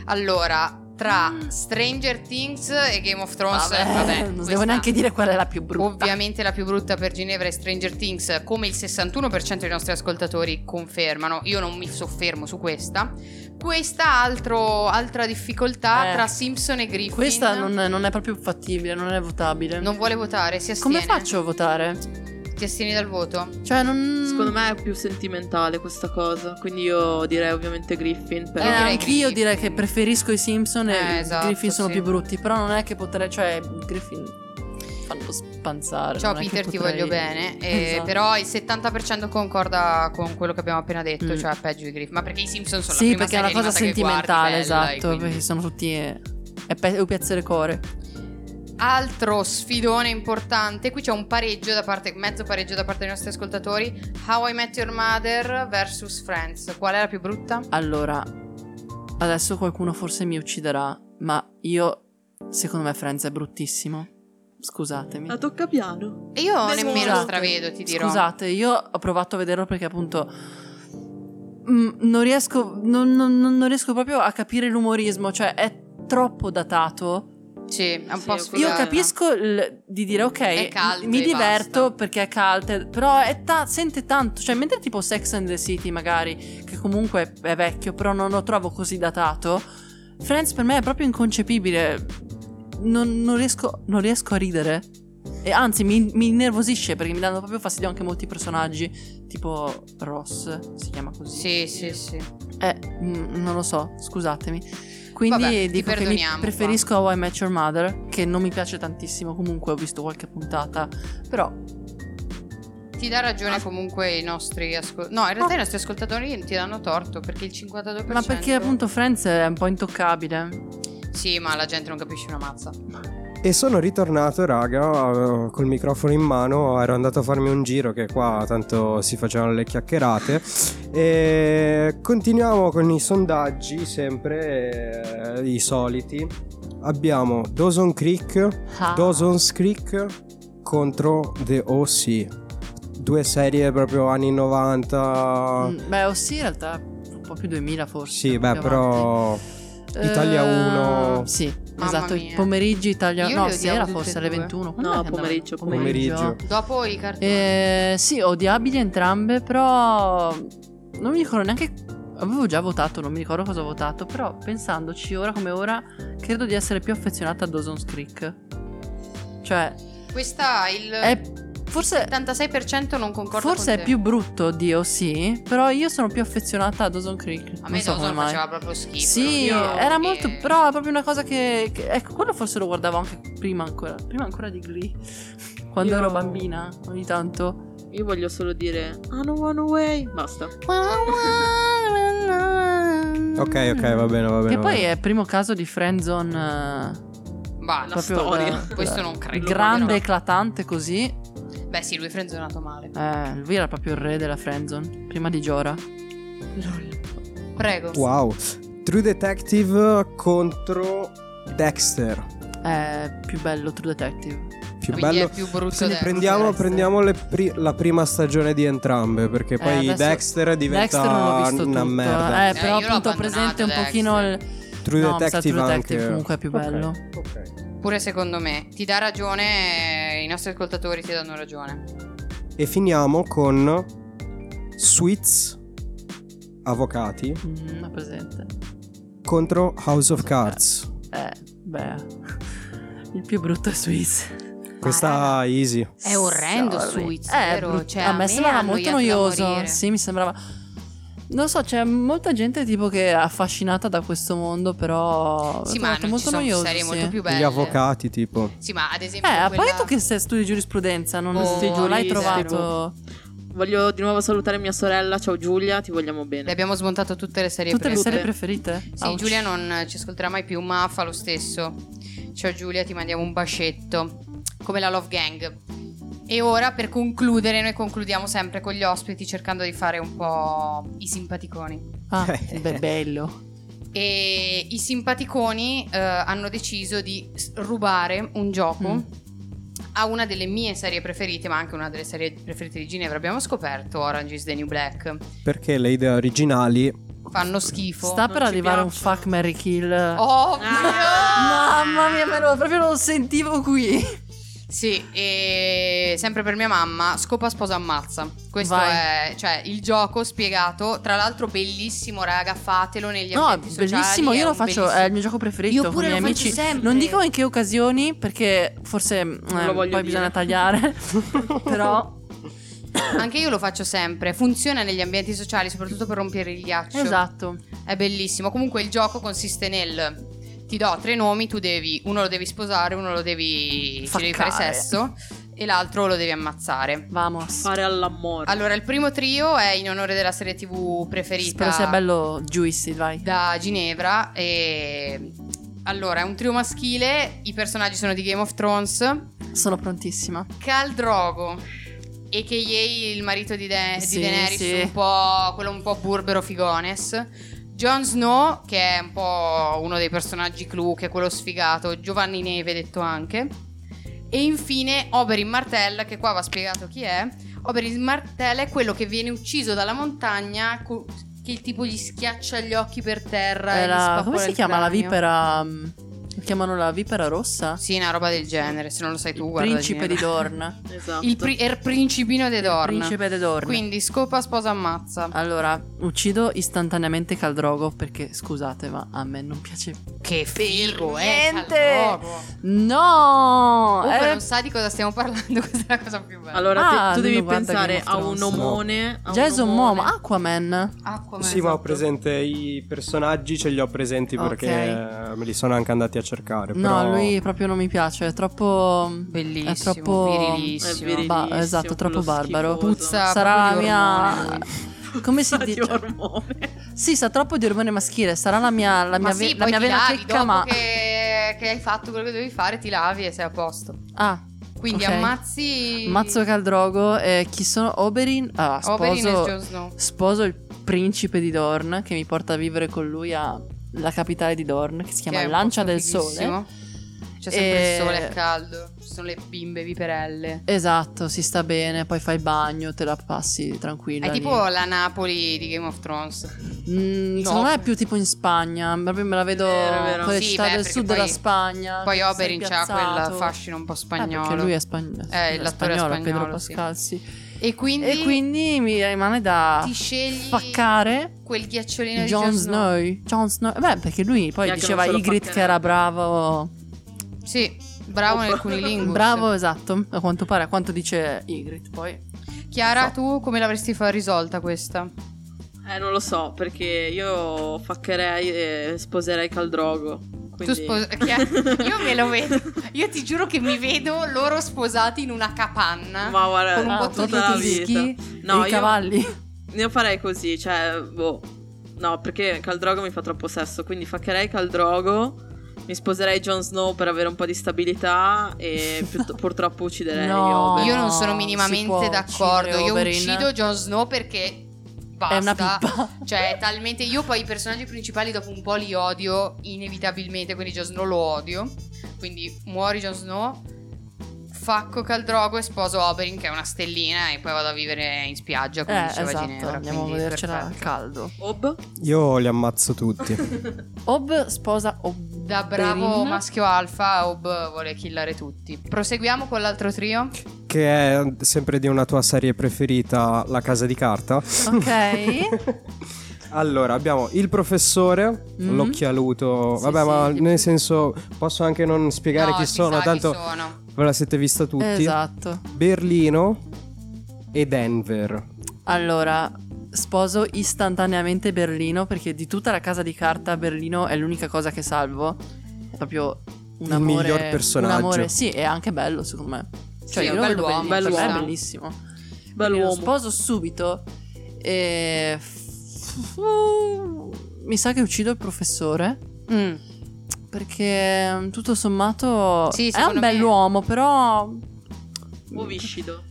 Speaker 3: Allora, tra Stranger Things e Game of Thrones,
Speaker 4: Ah. Vabbè,
Speaker 3: vabbè,
Speaker 4: non
Speaker 3: questa-
Speaker 4: devo neanche dire qual è la più brutta.
Speaker 3: Ovviamente la più brutta per Ginevra è Stranger Things, come il 61% dei nostri ascoltatori confermano. Io non mi soffermo su questa. Questa altro- altra difficoltà
Speaker 4: Eh.
Speaker 3: tra Simpson e Griffin.
Speaker 4: Questa non, non è proprio fattibile, non è votabile.
Speaker 3: Non vuole votare, si astiene.
Speaker 4: Come faccio a votare?
Speaker 3: Ti astieni dal voto?
Speaker 4: Cioè, non.
Speaker 2: Secondo me è più sentimentale questa cosa, quindi io direi ovviamente Griffin,
Speaker 4: Eh,
Speaker 2: però...
Speaker 3: direi
Speaker 4: anch'io
Speaker 3: Griffin.
Speaker 4: direi che preferisco i Simpson e
Speaker 3: Eh,
Speaker 4: i
Speaker 3: esatto,
Speaker 4: Griffin sono
Speaker 3: sì.
Speaker 4: più brutti. Però non è che potrei. Cioè, i Griffin fanno spanzare.
Speaker 3: Ciao
Speaker 4: non è che
Speaker 3: Peter, ti
Speaker 4: potrei-
Speaker 3: voglio bene. Eh,
Speaker 4: Esatto.
Speaker 3: Però il 70% concorda con quello che abbiamo appena detto,
Speaker 4: Mm.
Speaker 3: cioè peggio di Griffin. Ma perché i Simpson sono
Speaker 4: Sì,
Speaker 3: la prima
Speaker 4: perché è una
Speaker 3: serie
Speaker 4: cosa
Speaker 3: animata che guardi,
Speaker 4: sentimentale,
Speaker 3: bella, e
Speaker 4: esatto.
Speaker 3: quindi-
Speaker 4: Perché sono tutti. eh, È, pe- è un piazzerecore.
Speaker 3: Altro sfidone importante, qui c'è un pareggio da parte, mezzo pareggio da parte dei nostri ascoltatori. How I Met Your Mother versus Friends. Qual è la più brutta?
Speaker 4: Allora, adesso qualcuno forse mi ucciderà. Ma io. Secondo me, Friends è bruttissimo. Scusatemi.
Speaker 2: La tocca piano.
Speaker 3: E io
Speaker 2: Beh,
Speaker 3: nemmeno
Speaker 4: esatto.
Speaker 2: scusate.
Speaker 3: stravedo, ti dirò.
Speaker 4: Scusate, io ho provato a vederlo perché appunto mm, non riesco, non, non- non- non riesco proprio a capire l'umorismo, cioè è troppo datato.
Speaker 3: Sì, è un
Speaker 2: Sì,
Speaker 3: po'
Speaker 2: ho
Speaker 3: scusa.
Speaker 4: Io
Speaker 2: Scusate.
Speaker 4: capisco il- di dire ok,
Speaker 3: Mm, È caldo
Speaker 4: mi
Speaker 3: e
Speaker 4: diverto
Speaker 3: basta.
Speaker 4: perché è caldo, però è ta- sente tanto, cioè mentre tipo Sex and the City magari, che comunque è vecchio, però non lo trovo così datato, Friends per me è proprio inconcepibile, non, non riesco, non riesco a ridere. E anzi, mi, mi innervosisce perché mi danno proprio fastidio anche molti personaggi, tipo Ross, si chiama così.
Speaker 3: Sì, sì, sì.
Speaker 4: Eh, mm, non lo so, scusatemi. Quindi
Speaker 3: Vabbè, ti
Speaker 4: dico che mi
Speaker 3: perdoniamo qua.
Speaker 4: preferisco a How I Met Your Mother, che non mi piace tantissimo, comunque ho visto qualche puntata, però
Speaker 3: Ti dà
Speaker 4: Ah.
Speaker 3: ragione comunque i nostri ascoltatori. No, in realtà i nostri ascoltatori ti danno torto perché il 52%.
Speaker 4: ma perché appunto Friends è un po' intoccabile.
Speaker 3: Sì, ma la gente non capisce una mazza.
Speaker 1: E sono ritornato, raga, eh, col microfono in mano, ero andato a farmi un giro che qua tanto si facevano le chiacchierate. E continuiamo con i sondaggi, sempre eh, i soliti. Abbiamo Dawson Creek,
Speaker 4: Ah.
Speaker 1: Dawson's Creek contro The O.C. Due serie proprio anni 90.
Speaker 4: Mm, Beh, oh sì, in realtà un po' più 2000 forse.
Speaker 1: Sì, beh,
Speaker 4: più
Speaker 1: però
Speaker 4: avanti.
Speaker 1: Italia
Speaker 4: Eh,
Speaker 1: 1.
Speaker 4: Sì,
Speaker 3: Mamma
Speaker 4: esatto,
Speaker 3: mia.
Speaker 4: i pomeriggi Italia
Speaker 3: Io
Speaker 4: No,
Speaker 3: le odiavo
Speaker 4: sera
Speaker 3: tutte e
Speaker 4: forse alle
Speaker 3: due.
Speaker 4: 21.
Speaker 2: No,
Speaker 4: Quando è che andava?
Speaker 2: pomeriggio,
Speaker 1: pomeriggio.
Speaker 3: Dopo i cartoni.
Speaker 4: Eh, sì, odiabili entrambe, però non mi ricordo neanche avevo già votato, non mi ricordo cosa ho votato, però pensandoci ora come ora credo di essere più affezionata a Dawson's Creek. Cioè,
Speaker 3: Questa il
Speaker 4: è forse
Speaker 3: 76% non concorda
Speaker 4: Forse
Speaker 3: con
Speaker 4: è
Speaker 3: te.
Speaker 4: più brutto Dio, sì, però io sono più affezionata a Dawson Creek.
Speaker 3: A
Speaker 4: non
Speaker 3: me
Speaker 4: so
Speaker 3: Dawson
Speaker 4: come mai.
Speaker 3: faceva proprio schifo.
Speaker 4: Sì,
Speaker 3: io-
Speaker 4: era molto.
Speaker 3: e-
Speaker 4: Però era proprio una cosa che, che- Ecco, quello forse lo guardavo anche prima ancora. Prima ancora di Glee. <laughs> Quando
Speaker 2: Io-
Speaker 4: ero bambina, ogni tanto.
Speaker 2: Io voglio solo dire "Ah, I don't wanna away. Basta.
Speaker 1: Ok, ok, va bene, va bene.
Speaker 4: Che
Speaker 1: va
Speaker 4: poi
Speaker 1: bene.
Speaker 4: è il primo caso di friendzone.
Speaker 2: La
Speaker 3: Bah, no,
Speaker 4: proprio
Speaker 2: storia.
Speaker 4: da-
Speaker 3: questo
Speaker 4: da-
Speaker 3: non credo.
Speaker 4: grande,
Speaker 3: però.
Speaker 4: eclatante così.
Speaker 3: Beh, sì, lui è frenzonato male.
Speaker 4: Eh, lui era proprio il re della friendzone. Prima di Giora.
Speaker 3: Prego.
Speaker 1: Wow. True Detective contro Dexter.
Speaker 4: È più bello True Detective.
Speaker 1: Più
Speaker 3: Quindi
Speaker 1: bello.
Speaker 3: è più brutto
Speaker 1: Quindi
Speaker 3: del-
Speaker 1: prendiamo,
Speaker 4: Dexter.
Speaker 1: prendiamo le pri- la prima stagione di entrambe perché poi
Speaker 4: Eh, adesso-
Speaker 1: Dexter diventa
Speaker 4: Dexter non l'ho visto
Speaker 1: una
Speaker 4: tutto,
Speaker 1: merda.
Speaker 4: Eh,
Speaker 3: Eh,
Speaker 4: però
Speaker 3: io l'ho
Speaker 4: appunto ho
Speaker 3: abbandonato
Speaker 4: presente un
Speaker 3: Dexter.
Speaker 4: pochino il
Speaker 1: True
Speaker 4: no, mi sa
Speaker 1: Detective
Speaker 4: True
Speaker 1: anche.
Speaker 4: Detective comunque è più
Speaker 1: Ok,
Speaker 4: bello.
Speaker 1: ok.
Speaker 3: Pure secondo me. Ti dà ragione, eh, i nostri ascoltatori ti danno ragione.
Speaker 1: E finiamo con Sweets Avvocati
Speaker 4: Mm, è presente.
Speaker 1: contro House of Cards.
Speaker 4: Eh, beh. <laughs> Il più brutto è Swiss.
Speaker 1: Questa
Speaker 4: Ah,
Speaker 1: easy.
Speaker 3: È orrendo
Speaker 4: Sorry.
Speaker 3: Suits,
Speaker 4: Eh,
Speaker 3: vero?
Speaker 4: brutto.
Speaker 3: Cioè,
Speaker 4: a
Speaker 3: a
Speaker 4: me
Speaker 3: me
Speaker 4: sembrava molto
Speaker 3: annoia da
Speaker 4: noioso.
Speaker 3: morire.
Speaker 4: Sì, mi sembrava non so, c'è molta gente tipo che è affascinata da questo mondo, però
Speaker 3: Sì,
Speaker 4: l'ho
Speaker 3: ma
Speaker 4: trovato
Speaker 3: non
Speaker 4: molto
Speaker 3: ci sono
Speaker 4: noioso,
Speaker 3: serie
Speaker 4: sì.
Speaker 3: molto più belle.
Speaker 1: Gli avvocati tipo.
Speaker 3: Sì, ma ad esempio
Speaker 4: Eh,
Speaker 3: quella...
Speaker 4: poi tu che sei studi giurisprudenza, non
Speaker 3: Oh,
Speaker 4: sì, giuro, l'hai
Speaker 2: sì, sì.
Speaker 4: trovato
Speaker 2: Voglio di nuovo salutare mia sorella. Ciao Giulia, ti vogliamo
Speaker 3: Le
Speaker 2: bene.
Speaker 3: abbiamo smontato tutte le serie
Speaker 4: tutte le
Speaker 3: prese.
Speaker 4: serie preferite?
Speaker 3: Sì,
Speaker 4: Ouch.
Speaker 3: Giulia non ci ascolterà mai più, ma fa lo stesso. Ciao Giulia, ti mandiamo un bacetto, come la Love Gang. E ora per concludere, noi concludiamo sempre con gli ospiti cercando di fare un po' i simpaticoni.
Speaker 4: Ah, beh, bello.
Speaker 3: E i simpaticoni eh, hanno deciso di s- rubare un gioco
Speaker 4: Mm.
Speaker 3: a una delle mie serie preferite, ma anche una delle serie preferite di Ginevra. Abbiamo scoperto Orange is the New Black.
Speaker 1: Perché le idee originali
Speaker 3: Fanno schifo.
Speaker 4: Sta Ah. per
Speaker 2: ci
Speaker 4: arrivare un
Speaker 2: piacciono.
Speaker 4: fuck Mary Kill.
Speaker 3: Oh,
Speaker 4: Mamma mia, me lo, proprio lo sentivo qui.
Speaker 3: Sì, e sempre per mia mamma, scopa sposa ammazza. Questo
Speaker 4: Vai.
Speaker 3: è cioè, il gioco spiegato, tra l'altro bellissimo, raga, fatelo negli
Speaker 4: No, è
Speaker 3: ambienti sociali.
Speaker 4: bellissimo,
Speaker 3: è
Speaker 4: io lo
Speaker 3: un
Speaker 4: faccio,
Speaker 3: bellissimo-
Speaker 4: è il mio gioco preferito
Speaker 3: Io
Speaker 4: con
Speaker 3: pure
Speaker 4: i miei
Speaker 3: lo faccio
Speaker 4: amici.
Speaker 3: sempre.
Speaker 4: Non dico in che occasioni perché forse eh,
Speaker 2: lo
Speaker 4: poi
Speaker 2: voglio dire.
Speaker 3: <laughs>
Speaker 4: bisogna tagliare, <laughs> però
Speaker 3: Anche io lo faccio sempre, funziona negli ambienti sociali, soprattutto per rompere il ghiaccio.
Speaker 4: esatto.
Speaker 3: È bellissimo. Comunque il gioco consiste nel ti do tre nomi, tu devi uno lo devi sposare, uno lo devi ci devi fare
Speaker 4: Faccare.
Speaker 3: sesso e l'altro lo devi ammazzare.
Speaker 4: Vamos.
Speaker 2: Fare all'amore.
Speaker 3: Allora, il primo trio è in onore della serie TV preferita.
Speaker 4: Spero sia bello juicy, vai.
Speaker 3: da Ginevra. E... Allora, è un trio maschile, i personaggi sono di Game of Thrones,
Speaker 4: Sono prontissima.
Speaker 3: Khal Drogo, a.k.a. il marito di, Da- di
Speaker 4: Sì,
Speaker 3: Daenerys,
Speaker 4: sì.
Speaker 3: un po', quello un po' burbero figones, Jon Snow, che è un po' uno dei personaggi clou, che è quello sfigato, Giovanni Neve detto anche, e infine Oberyn Martell, che qua va spiegato chi è, Oberyn Martell è quello che viene ucciso dalla montagna, co- che il tipo gli schiaccia gli occhi per terra. e gli
Speaker 4: Era-
Speaker 3: spappola
Speaker 4: come si
Speaker 3: il
Speaker 4: chiama la
Speaker 3: cranio.
Speaker 4: vipera? mm, Lo chiamano la vipera rossa?
Speaker 3: Sì, una roba del genere, se non lo sai tu, guarda.
Speaker 4: Principe di
Speaker 3: Ginevra. <laughs>
Speaker 4: Dorn.
Speaker 2: Esatto.
Speaker 3: Il, pri- er principino di Dorn.
Speaker 4: Principe di Dorn.
Speaker 3: Quindi scopa, sposa, ammazza.
Speaker 4: Allora, uccido istantaneamente Caldrogo perché scusate, ma a me non piace.
Speaker 3: Che figo, eh!
Speaker 4: Niente!
Speaker 3: Khal Drogo. Comunque
Speaker 4: No! eh,
Speaker 3: Uh, non sa di cosa stiamo parlando, <laughs> questa è la cosa più bella.
Speaker 2: Allora, te-
Speaker 4: Ah,
Speaker 2: tu devi
Speaker 4: non guarda
Speaker 2: pensare
Speaker 4: Game of
Speaker 2: a un
Speaker 4: Thrones.
Speaker 2: omone. a un
Speaker 4: Jason
Speaker 2: omone.
Speaker 4: Momoa, ah, Aquaman.
Speaker 3: Acqua,
Speaker 1: Sì,
Speaker 4: esatto.
Speaker 1: ma ho presente i personaggi, ce li ho presenti
Speaker 4: Ok.
Speaker 1: perché eh, me li sono anche andati a cercare.
Speaker 4: No,
Speaker 1: però-
Speaker 4: lui proprio non mi piace, è troppo mm,
Speaker 3: Bellissimo,
Speaker 4: è troppo
Speaker 2: È
Speaker 3: virilissimo.
Speaker 2: virilissimo,
Speaker 4: Ba- esatto, troppo
Speaker 2: quello
Speaker 4: barbaro.
Speaker 2: schifoso.
Speaker 3: Puzza
Speaker 4: Sarà la
Speaker 3: proprio di ormone,
Speaker 4: mia Come si
Speaker 2: Sa <laughs> di
Speaker 4: dice?
Speaker 2: ormone.
Speaker 4: Sì, sa troppo di ormone maschile, sarà la mia la
Speaker 3: Ma
Speaker 4: mia,
Speaker 3: sì,
Speaker 4: ve- la
Speaker 3: poi
Speaker 4: mia
Speaker 3: ti
Speaker 4: vena
Speaker 3: lavi
Speaker 4: secca,
Speaker 3: dopo
Speaker 4: ma
Speaker 3: che, che, che hai fatto quello che dovevi fare, ti lavi e sei a posto.
Speaker 4: Ah,
Speaker 3: Quindi
Speaker 4: Ok.
Speaker 3: ammazzi.
Speaker 4: Mazzo Caldrogo, eh, chi sono Oberyn? Ah,
Speaker 3: Oberyn e
Speaker 4: sposo,
Speaker 3: Jon Snow.
Speaker 4: sposo il principe di Dorn che mi porta a vivere con lui alla capitale di Dorn che si
Speaker 3: che
Speaker 4: chiama
Speaker 3: è un
Speaker 4: Lancia
Speaker 3: posto
Speaker 4: del Sole.
Speaker 3: fighissimo. C'è sempre
Speaker 4: E-
Speaker 3: il sole, è caldo. Ci sono le bimbe viperelle.
Speaker 4: Esatto, si sta bene, poi fai il bagno, te la passi tranquilla.
Speaker 3: È
Speaker 4: lì.
Speaker 3: tipo la Napoli di Game of Thrones.
Speaker 4: Mm,
Speaker 3: No.
Speaker 4: Secondo me è più tipo in Spagna, proprio me la vedo
Speaker 2: Vero, vero.
Speaker 4: con le
Speaker 3: Sì,
Speaker 4: città
Speaker 3: beh,
Speaker 4: del
Speaker 3: perché
Speaker 4: sud
Speaker 3: poi-
Speaker 4: della Spagna.
Speaker 3: Poi
Speaker 4: che sei
Speaker 3: Oberyn c'ha
Speaker 4: piazzato.
Speaker 3: quel fascino un po'
Speaker 4: Eh, perché
Speaker 3: spagnolo.
Speaker 4: lui è spagnolo.
Speaker 3: Eh, l'attore è spagnolo,
Speaker 4: Pedro
Speaker 3: sì.
Speaker 4: Pascal, sì.
Speaker 3: E quindi,
Speaker 4: E quindi mi rimane da
Speaker 3: ti scegli
Speaker 4: faccare
Speaker 3: quel ghiacciolino di
Speaker 4: Jon Snow. Jon Snow. Beh, perché lui poi
Speaker 2: E anche
Speaker 4: diceva
Speaker 2: non solo
Speaker 4: Ygritte che
Speaker 2: faccare.
Speaker 4: era bravo.
Speaker 3: Sì, bravo nel cunilingus.
Speaker 4: Bravo, esatto. A quanto pare, a quanto dice Ygritte poi.
Speaker 3: Chiara, tu come l'avresti fa- risolta questa?
Speaker 2: Eh, non lo so, perché io faccherei e sposerei Caldrogo. Quindi...
Speaker 3: Tu sposa- Chiara- io me lo vedo. <laughs> Io ti giuro che mi vedo loro sposati in una capanna.
Speaker 2: <laughs> Ma guarda,
Speaker 3: Con un po'
Speaker 2: tutta
Speaker 3: tutti
Speaker 2: la
Speaker 3: gli
Speaker 2: vita.
Speaker 4: No,
Speaker 2: No,
Speaker 4: Ah, I
Speaker 2: io
Speaker 4: cavalli. <laughs>
Speaker 2: ne farei così, cioè, boh. No, perché Caldrogo mi fa troppo sesso, quindi faccherei Caldrogo, mi sposerei Jon Snow per avere un po' di stabilità
Speaker 4: <laughs>
Speaker 2: e piutt- purtroppo ucciderei
Speaker 4: No.
Speaker 2: Oberyn.
Speaker 3: Io non
Speaker 4: No,
Speaker 3: sono
Speaker 4: si può
Speaker 3: minimamente
Speaker 4: uccidere
Speaker 3: d'accordo. Io
Speaker 4: Oberyn.
Speaker 3: uccido Jon Snow perché basta.
Speaker 4: È una pippa. Eh,
Speaker 3: Cioè, talmente io poi i personaggi principali dopo un po' li odio inevitabilmente, quindi Jon Snow lo odio. Quindi muori Jon Snow. Facco Caldrogo e sposo Oberyn che è una stellina e poi vado a vivere in spiaggia come
Speaker 4: Eh,
Speaker 3: diceva
Speaker 4: esatto.
Speaker 3: Ginevra.
Speaker 4: Andiamo a
Speaker 3: quindi
Speaker 4: vedercela al
Speaker 3: perfetto.
Speaker 4: caldo.
Speaker 2: Ob?
Speaker 1: Io li ammazzo tutti.
Speaker 4: <laughs> Ob sposa Ob.
Speaker 3: Da bravo maschio alfa Ob vuole killare tutti. Proseguiamo con l'altro trio.
Speaker 1: che è sempre di una tua serie preferita, La casa di carta.
Speaker 3: <laughs>
Speaker 4: Ok.
Speaker 1: <laughs> Allora, abbiamo il professore,
Speaker 4: Mhm.
Speaker 1: l'occhialuto.
Speaker 4: Sì,
Speaker 1: Vabbè,
Speaker 4: sì,
Speaker 1: ma
Speaker 4: gli-
Speaker 1: nel senso, posso anche non spiegare
Speaker 3: No,
Speaker 1: chi
Speaker 3: si
Speaker 1: sono,
Speaker 3: sa chi
Speaker 1: tanto
Speaker 3: sono.
Speaker 1: ve la siete vista tutti.
Speaker 4: esatto.
Speaker 1: Berlino e Denver.
Speaker 4: Allora, sposo istantaneamente Berlino perché di tutta la casa di carta Berlino è l'unica cosa che salvo. È proprio un
Speaker 1: Il
Speaker 4: amore.
Speaker 1: miglior personaggio.
Speaker 4: Un amore, sì, è anche bello secondo me. Cioè,
Speaker 3: Sì, è
Speaker 4: io
Speaker 3: un
Speaker 4: lo vedo
Speaker 3: bell'uomo,
Speaker 4: bellissimo, per me
Speaker 2: bell'uomo.
Speaker 4: è bellissimo. Quindi Lo
Speaker 2: Bell'uomo.
Speaker 4: sposo subito e... Mi sa che uccido il professore
Speaker 3: Mm.
Speaker 4: perché mm, tutto sommato
Speaker 3: Sì,
Speaker 4: è un
Speaker 3: secondo me-
Speaker 4: bell'uomo, però...
Speaker 2: O Oh, viscido.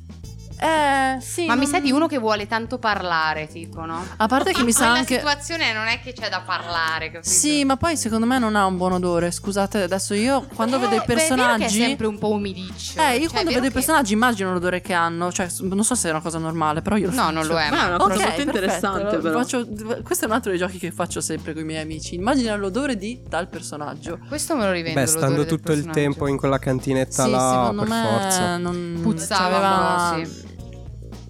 Speaker 4: Eh, sì.
Speaker 3: Ma mi
Speaker 4: non-
Speaker 3: sa di uno che vuole tanto parlare, tipo, no?
Speaker 4: A
Speaker 3: <laughs>
Speaker 4: parte che mi sa
Speaker 3: Poi
Speaker 4: anche...
Speaker 3: La situazione non è che c'è da parlare, capito?
Speaker 4: Sì, ma poi secondo me non ha un buon odore. Scusate, adesso io quando vedo i
Speaker 3: Eh, È vero
Speaker 4: personaggi.
Speaker 3: che è sempre un po' umidiccio.
Speaker 4: Eh,
Speaker 3: Cioè, è
Speaker 4: io quando
Speaker 3: vero
Speaker 4: vedo i
Speaker 3: che-
Speaker 4: personaggi immagino l'odore che hanno. Cioè, s- non so se è una cosa normale, però io lo
Speaker 3: No, non lo
Speaker 2: Ma
Speaker 3: è.
Speaker 2: è
Speaker 3: Ma...
Speaker 2: una
Speaker 4: Ok,
Speaker 2: cosa molto
Speaker 4: perfetto,
Speaker 2: interessante,
Speaker 4: lo
Speaker 2: però.
Speaker 4: faccio- questo è un altro dei giochi che faccio sempre con i miei amici. Immagina l'odore di tal personaggio.
Speaker 3: Questo me lo rivendo.
Speaker 1: Beh,
Speaker 3: l'odore
Speaker 1: stando
Speaker 3: del
Speaker 1: tutto il
Speaker 3: personaggio.
Speaker 1: tempo in quella cantinetta
Speaker 4: sì,
Speaker 1: là,
Speaker 4: secondo
Speaker 1: per
Speaker 4: me
Speaker 1: forza.
Speaker 4: non
Speaker 3: Puzzava un po',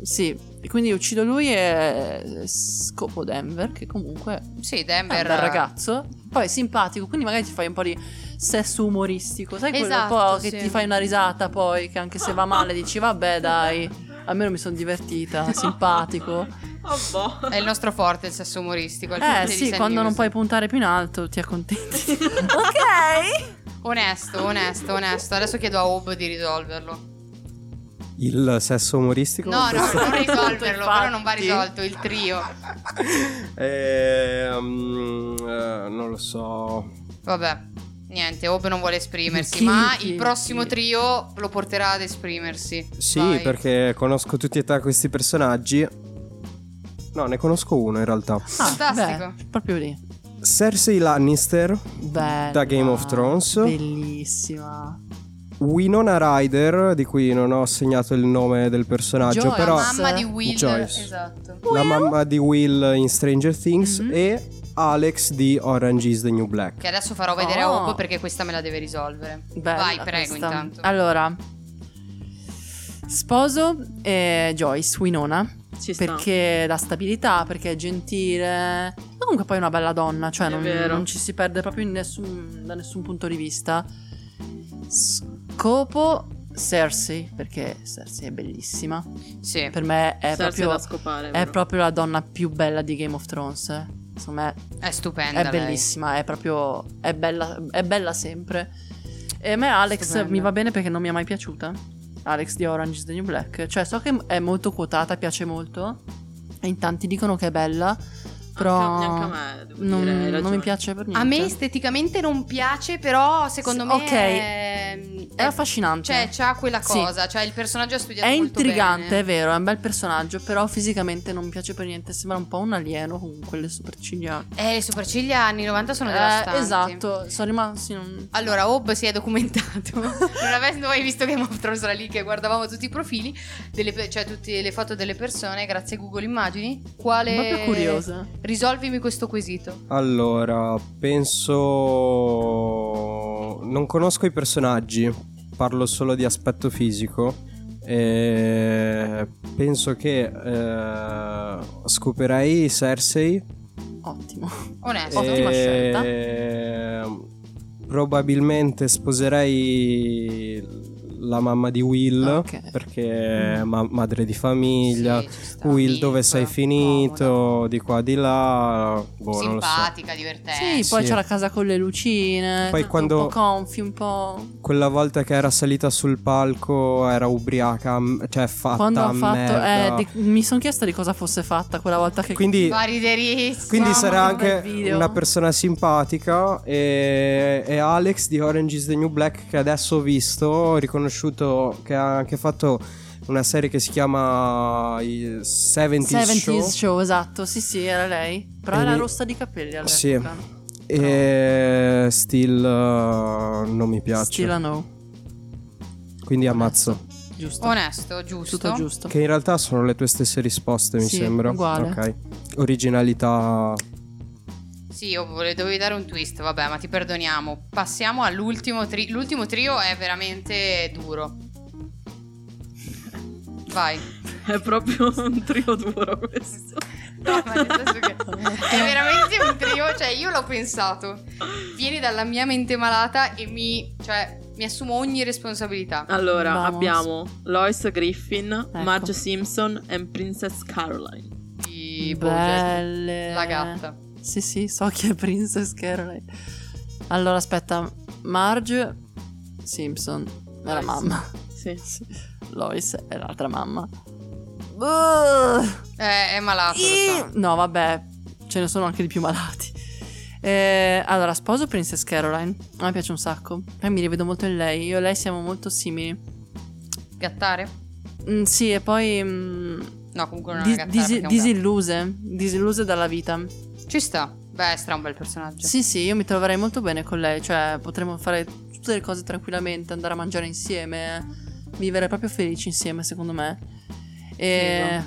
Speaker 4: sì. quindi uccido lui e eh, scopo Denver, che comunque
Speaker 3: Sì,
Speaker 4: è un
Speaker 3: Denver.
Speaker 4: bel ragazzo. Poi è simpatico, quindi magari ti fai un po' di sesso umoristico, sai quello
Speaker 3: Esatto,
Speaker 4: un po' che
Speaker 3: sì.
Speaker 4: ti fai una risata poi, che anche se va male dici vabbè dai, almeno mi
Speaker 3: <laughs>
Speaker 4: sono divertita, Ah, simpatico.
Speaker 2: Oh,
Speaker 4: <laughs>
Speaker 2: boh.
Speaker 3: È il nostro forte, il sesso umoristico. al
Speaker 4: Eh
Speaker 3: fronte di
Speaker 4: sì,
Speaker 3: Sun
Speaker 4: quando non
Speaker 3: News.
Speaker 4: puoi puntare più in alto ti accontenti. ok.
Speaker 3: Onesto, onesto, onesto. Adesso chiedo a Ob di risolverlo.
Speaker 1: Il sesso umoristico?
Speaker 3: No, no,
Speaker 1: Questo-
Speaker 3: non risolverlo. però non va
Speaker 4: Infatti.
Speaker 3: risolto. Il trio.
Speaker 1: <laughs> Ehm, eh, non lo so.
Speaker 3: Vabbè, niente, Obe non vuole esprimersi,
Speaker 4: Chi-
Speaker 3: ma
Speaker 4: chi-
Speaker 3: il prossimo
Speaker 4: chi-
Speaker 3: trio lo porterà ad esprimersi.
Speaker 1: Sì,
Speaker 3: Vai.
Speaker 1: perché conosco tutti e tre questi personaggi. No, ne conosco uno in realtà.
Speaker 4: Ah,
Speaker 3: Fantastico.
Speaker 4: beh, proprio lì.
Speaker 1: Cersei Lannister,
Speaker 4: Bella,
Speaker 1: Da Game of Thrones.
Speaker 4: Bellissima.
Speaker 1: Winona Ryder, di cui non ho segnato il nome del personaggio,
Speaker 4: Joyce.
Speaker 1: però
Speaker 3: la mamma di Will,
Speaker 1: Joyce.
Speaker 3: esatto.
Speaker 1: la mamma di Will in Stranger Things
Speaker 4: Mhm.
Speaker 1: e Alex di Orange is the New Black.
Speaker 3: Che adesso farò vedere a
Speaker 4: Oh.
Speaker 3: Obe perché questa me la deve risolvere.
Speaker 4: Bella
Speaker 3: Vai, prego,
Speaker 4: questa.
Speaker 3: intanto.
Speaker 4: Allora, sposo eh, Joyce Winona
Speaker 2: Ci sta.
Speaker 4: perché dà stabilità, perché è gentile. Ma comunque poi è una bella donna, cioè
Speaker 2: È
Speaker 4: non,
Speaker 2: vero.
Speaker 4: non ci si perde proprio in nessun- da nessun punto di vista. Scopo Cersei, perché Cersei è bellissima.
Speaker 3: Sì.
Speaker 4: Per me è
Speaker 2: Cersei
Speaker 4: proprio
Speaker 2: da scopare.
Speaker 4: è
Speaker 2: vero.
Speaker 4: proprio la donna più bella di Game of Thrones. eh. Secondo me
Speaker 3: È stupenda.
Speaker 4: è
Speaker 3: lei.
Speaker 4: bellissima, è proprio. È bella, è bella sempre. E a me Alex
Speaker 3: Stupenda.
Speaker 4: mi va bene perché non mi è mai piaciuta. Alex di Orange is the New Black. Cioè, so che è molto quotata, piace molto. E in tanti dicono che è bella. Però
Speaker 2: Anche- Ah, neanche a me, devo
Speaker 4: non,
Speaker 2: dire, hai
Speaker 4: non
Speaker 2: ragione.
Speaker 4: mi piace per niente.
Speaker 3: A me esteticamente non piace, però secondo
Speaker 4: S-
Speaker 3: me
Speaker 4: ok.
Speaker 3: è,
Speaker 4: è affascinante.
Speaker 3: Cioè, c'ha quella
Speaker 4: Sì.
Speaker 3: cosa, cioè il personaggio è studiato
Speaker 4: è
Speaker 3: molto
Speaker 4: intrigante,
Speaker 3: bene.
Speaker 4: è vero, è un bel personaggio, però fisicamente non mi piace per niente, sembra un po' un alieno con quelle sopracciglia.
Speaker 3: Eh, le sopracciglia anni 90 sono
Speaker 4: Eh,
Speaker 3: devastanti.
Speaker 4: esatto, sono rimasti non-
Speaker 3: Allora, Hob si è
Speaker 4: <laughs>
Speaker 3: documentato. non avendo mai visto Game of Thrones era lì che guardavamo tutti i profili, delle pe- cioè tutte le foto delle persone, grazie a Google Immagini. Quale
Speaker 4: proprio curiosa.
Speaker 3: Risolvimi questo quesito.
Speaker 1: Allora, penso... Non conosco i personaggi, parlo solo di aspetto fisico. E penso che eh, scoperei Cersei.
Speaker 4: Ottima.
Speaker 3: Onesto.
Speaker 4: Ottima
Speaker 1: e- Probabilmente sposerei la mamma di Will
Speaker 4: Ok.
Speaker 1: perché è ma- madre di famiglia.
Speaker 3: Sì, ci sta.
Speaker 1: Will, dove sei
Speaker 3: Piccola,
Speaker 1: finito?
Speaker 3: comoda,
Speaker 1: Di qua, di là. Boh, non lo so.
Speaker 3: Simpatica, divertente.
Speaker 4: Sì, poi
Speaker 1: sì.
Speaker 4: c'è la casa con le lucine,
Speaker 1: Poi
Speaker 4: tutto
Speaker 1: quando-
Speaker 4: un po' confi, un po'...
Speaker 1: Quella volta che era salita sul palco era ubriaca, m- cioè fatta
Speaker 4: Quando ha fatto...
Speaker 1: merda.
Speaker 4: eh, di- mi sono chiesta di cosa fosse fatta quella volta che...
Speaker 1: Quindi,
Speaker 3: Fa riderissimo.
Speaker 1: quindi
Speaker 4: mamma
Speaker 1: sarà
Speaker 4: mia,
Speaker 1: anche
Speaker 4: quel video.
Speaker 1: una persona simpatica e, e Alex di Orange is the New Black che adesso ho visto, ho riconosciuto che ha anche fatto una serie che si chiama i 70's,
Speaker 4: 70s
Speaker 1: Show.
Speaker 4: show. esatto, sì sì, era lei. Però
Speaker 1: E
Speaker 4: era
Speaker 1: lì-
Speaker 4: rossa di capelli all'epoca.
Speaker 1: Sì. E still uh, non mi piace.
Speaker 4: Still a no.
Speaker 1: Quindi ammazzo.
Speaker 4: Giusto.
Speaker 3: Onesto, giusto.
Speaker 4: Tutto giusto.
Speaker 1: Che in realtà sono le tue stesse risposte, mi
Speaker 4: Sì,
Speaker 1: sembra.
Speaker 4: uguale.
Speaker 1: Ok. Originalità.
Speaker 3: Sì, io vole- dovevi dare un twist, vabbè, ma ti perdoniamo. Passiamo all'ultimo trio. L'ultimo trio è veramente duro. Vai.
Speaker 2: È proprio un trio duro questo.
Speaker 3: No, ma nel senso che è veramente un trio, cioè io l'ho pensato. Vieni dalla mia mente malata e mi, cioè, mi assumo ogni responsabilità.
Speaker 2: Allora,
Speaker 4: Vamos. Ecco.
Speaker 2: abbiamo Lois Griffin, Marge Simpson e Princess Caroline.
Speaker 3: Di Bojack,
Speaker 4: Belle.
Speaker 3: cioè, la gatta.
Speaker 4: Sì, sì, so chi è Princess Caroline. Allora, aspetta. Marge Simpson è la
Speaker 2: Lois.
Speaker 4: mamma.
Speaker 2: Sì.
Speaker 4: Sì. Lois è l'altra mamma. Buh!
Speaker 3: Eh, è malato, lo so.
Speaker 4: No, vabbè, ce ne sono anche di più malati. Eh, allora, sposo Princess Caroline. A me piace un sacco. Poi mi rivedo molto in lei. Io e lei siamo molto simili.
Speaker 3: Gattare?
Speaker 4: Mm, sì, e poi. mm,
Speaker 3: No, comunque non è
Speaker 4: di-
Speaker 3: una gattare.
Speaker 4: disi-
Speaker 3: perché è un Cioè.
Speaker 4: disilluse. Disilluse dalla vita.
Speaker 3: gatto. Ci sta. Beh, è stra un bel personaggio.
Speaker 4: Sì, sì, io mi troverei molto bene con lei. Cioè, potremmo fare tutte le cose tranquillamente, andare a mangiare insieme, vivere proprio felici insieme, secondo me. E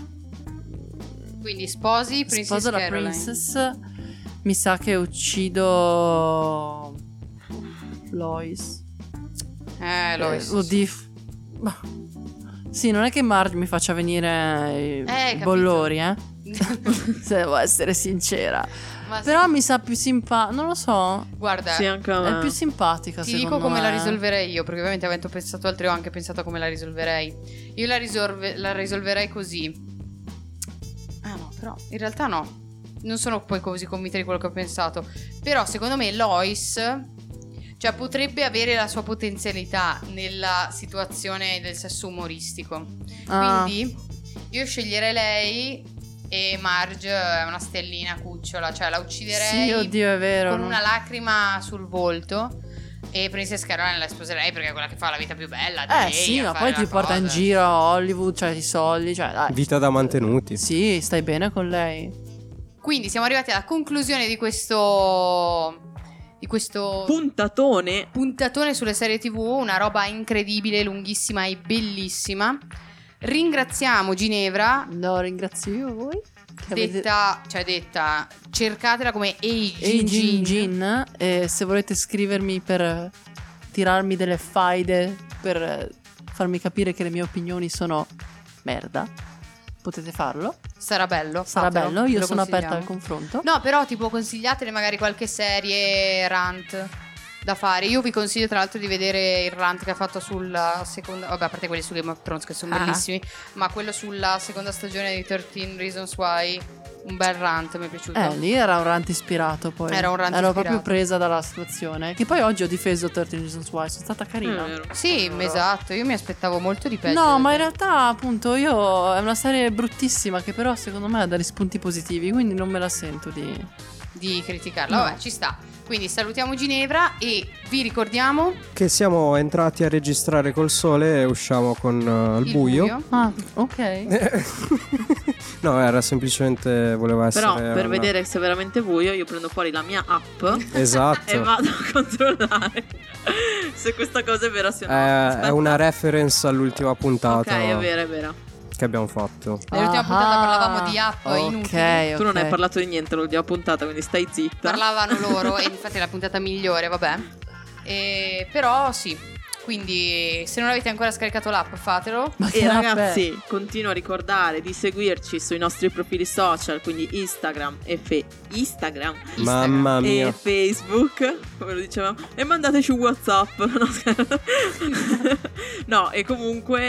Speaker 3: Quindi sposi Princess
Speaker 4: sposo la
Speaker 3: Caroline.
Speaker 4: princess. Mi sa che uccido Lois.
Speaker 3: Eh, Lois.
Speaker 4: Eh, oddio. Ma- Sì, non è che Marge mi faccia venire i
Speaker 3: Eh, capito.
Speaker 4: bollori, eh. <laughs> Se devo essere sincera.
Speaker 3: <laughs> Ma Ah, sì,
Speaker 4: <laughs> Però mi sa più simpatica. Non lo so.
Speaker 3: guarda,
Speaker 2: Sì, anche a
Speaker 4: È
Speaker 2: me.
Speaker 4: più simpatica.
Speaker 3: ti
Speaker 4: secondo
Speaker 3: dico come
Speaker 4: me.
Speaker 3: la risolverei io, perché ovviamente avendo pensato altri ho anche pensato come la risolverei. Io la, risolve- la risolverei così. Ah no, però in realtà no. Non sono poi così convinta di quello che ho pensato. Però secondo me Lois cioè potrebbe avere la sua potenzialità nella situazione del sesso umoristico.
Speaker 4: Ah.
Speaker 3: Quindi io sceglierei lei e Marge è una stellina cucciola, cioè la ucciderei
Speaker 4: Sì, oddio, è vero. Eh,
Speaker 3: con
Speaker 4: no?
Speaker 3: una lacrima sul volto e Princess Caroline la sposerei perché è quella che fa la vita più bella. di
Speaker 4: Eh
Speaker 3: lei,
Speaker 4: sì,
Speaker 3: a
Speaker 4: ma
Speaker 3: fare
Speaker 4: poi
Speaker 3: la
Speaker 4: ti porta in
Speaker 3: cosa.
Speaker 4: giro a Hollywood, cioè i soldi, cioè
Speaker 2: Ah.
Speaker 4: dai.
Speaker 1: Vita da mantenuti.
Speaker 4: Sì, stai bene con lei.
Speaker 3: Quindi siamo arrivati alla conclusione di questo... di questo...
Speaker 2: Puntatone.
Speaker 3: puntatone sulle serie tv, una roba incredibile, lunghissima e bellissima. Ringraziamo Ginevra,
Speaker 4: No, ringrazio io voi. che avete-
Speaker 3: detta, cioè detta, cercatela come
Speaker 4: Ehi,
Speaker 3: Eijin
Speaker 4: Gin
Speaker 3: Jin.
Speaker 4: Gin, eh, se volete scrivermi per eh, tirarmi delle faide, per eh, farmi capire che le mie opinioni sono merda, potete farlo.
Speaker 3: Sarà bello.
Speaker 4: Sarà
Speaker 3: fatelo,
Speaker 4: bello, io
Speaker 3: lo
Speaker 4: sono aperta al
Speaker 3: consigliamo.
Speaker 4: confronto.
Speaker 3: No, però tipo consigliatele magari qualche serie rant da fare. Io vi consiglio tra l'altro di vedere il rant che ha fatto sulla seconda, vabbè, a parte quelli su Game of Thrones che sono
Speaker 4: Ah.
Speaker 3: bellissimi, ma quello sulla seconda stagione di 13 Reasons Why un bel rant, mi è piaciuto.
Speaker 4: Eh, lì era un rant ispirato poi.
Speaker 3: Era un rant
Speaker 4: Ero
Speaker 3: ispirato.
Speaker 4: proprio presa dalla situazione. Che poi oggi ho difeso 13 Reasons Why, sono stata carina.
Speaker 3: Sì, esatto, io mi aspettavo molto di Mm, peggio.
Speaker 4: No, ma in realtà appunto io è una serie bruttissima che però secondo me ha degli spunti positivi, quindi non me la sento di...
Speaker 3: Di criticarla, vabbè, ci sta. Quindi salutiamo Ginevra e vi ricordiamo
Speaker 1: Che siamo entrati a registrare col sole e usciamo con eh, il,
Speaker 3: il
Speaker 1: buio.
Speaker 4: Ah, ok.
Speaker 1: <laughs> no, era semplicemente voleva essere
Speaker 2: Però per
Speaker 1: una-
Speaker 2: vedere se è veramente buio, io prendo fuori la mia app <laughs> e
Speaker 1: Esatto.
Speaker 2: vado a controllare <laughs> se questa cosa è vera o se
Speaker 1: Eh,
Speaker 2: no.
Speaker 1: è
Speaker 2: Aspetta.
Speaker 1: una reference all'ultima puntata
Speaker 2: Ok, è vera, è vera.
Speaker 1: che abbiamo fatto.
Speaker 3: Nell'ultima puntata
Speaker 4: Ah,
Speaker 3: parlavamo di app
Speaker 4: ok,
Speaker 3: inutili.
Speaker 2: Tu non hai
Speaker 4: ok. <laughs>
Speaker 2: parlato di niente l'ultima puntata, quindi stai zitta.
Speaker 3: parlavano loro e infatti è la puntata migliore, vabbè. E- però sì, quindi se non avete ancora scaricato l'app fatelo.
Speaker 4: Ma
Speaker 2: E
Speaker 4: che app è?
Speaker 2: Eh, ragazzi, continuo a ricordare di seguirci sui nostri profili social, quindi Instagram e fe- Instagram
Speaker 3: Instagram.
Speaker 1: Mamma mia.
Speaker 2: e Facebook, come lo dicevamo, e mandateci un WhatsApp. <laughs> No, scherzo. No, e comunque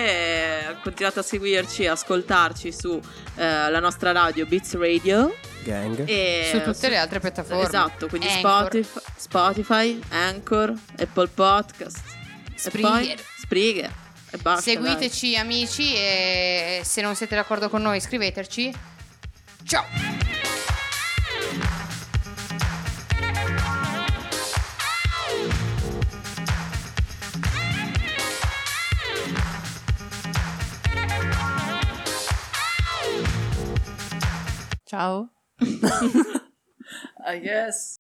Speaker 2: eh, continuate a seguirci, e ascoltarci su eh, la nostra radio Beats Radio
Speaker 1: Gang.
Speaker 2: e
Speaker 3: Su tutte le altre piattaforme.
Speaker 2: Esatto, quindi
Speaker 3: Anchor.
Speaker 2: Spotify, Spotify, Anchor, Apple Podcast, E poi
Speaker 3: Spreaker.
Speaker 2: Spreaker. E basta. dai.
Speaker 3: Seguiteci amici e se non siete d'accordo con noi scriveteci. Ciao!
Speaker 2: <laughs>
Speaker 4: Ciao. I guess.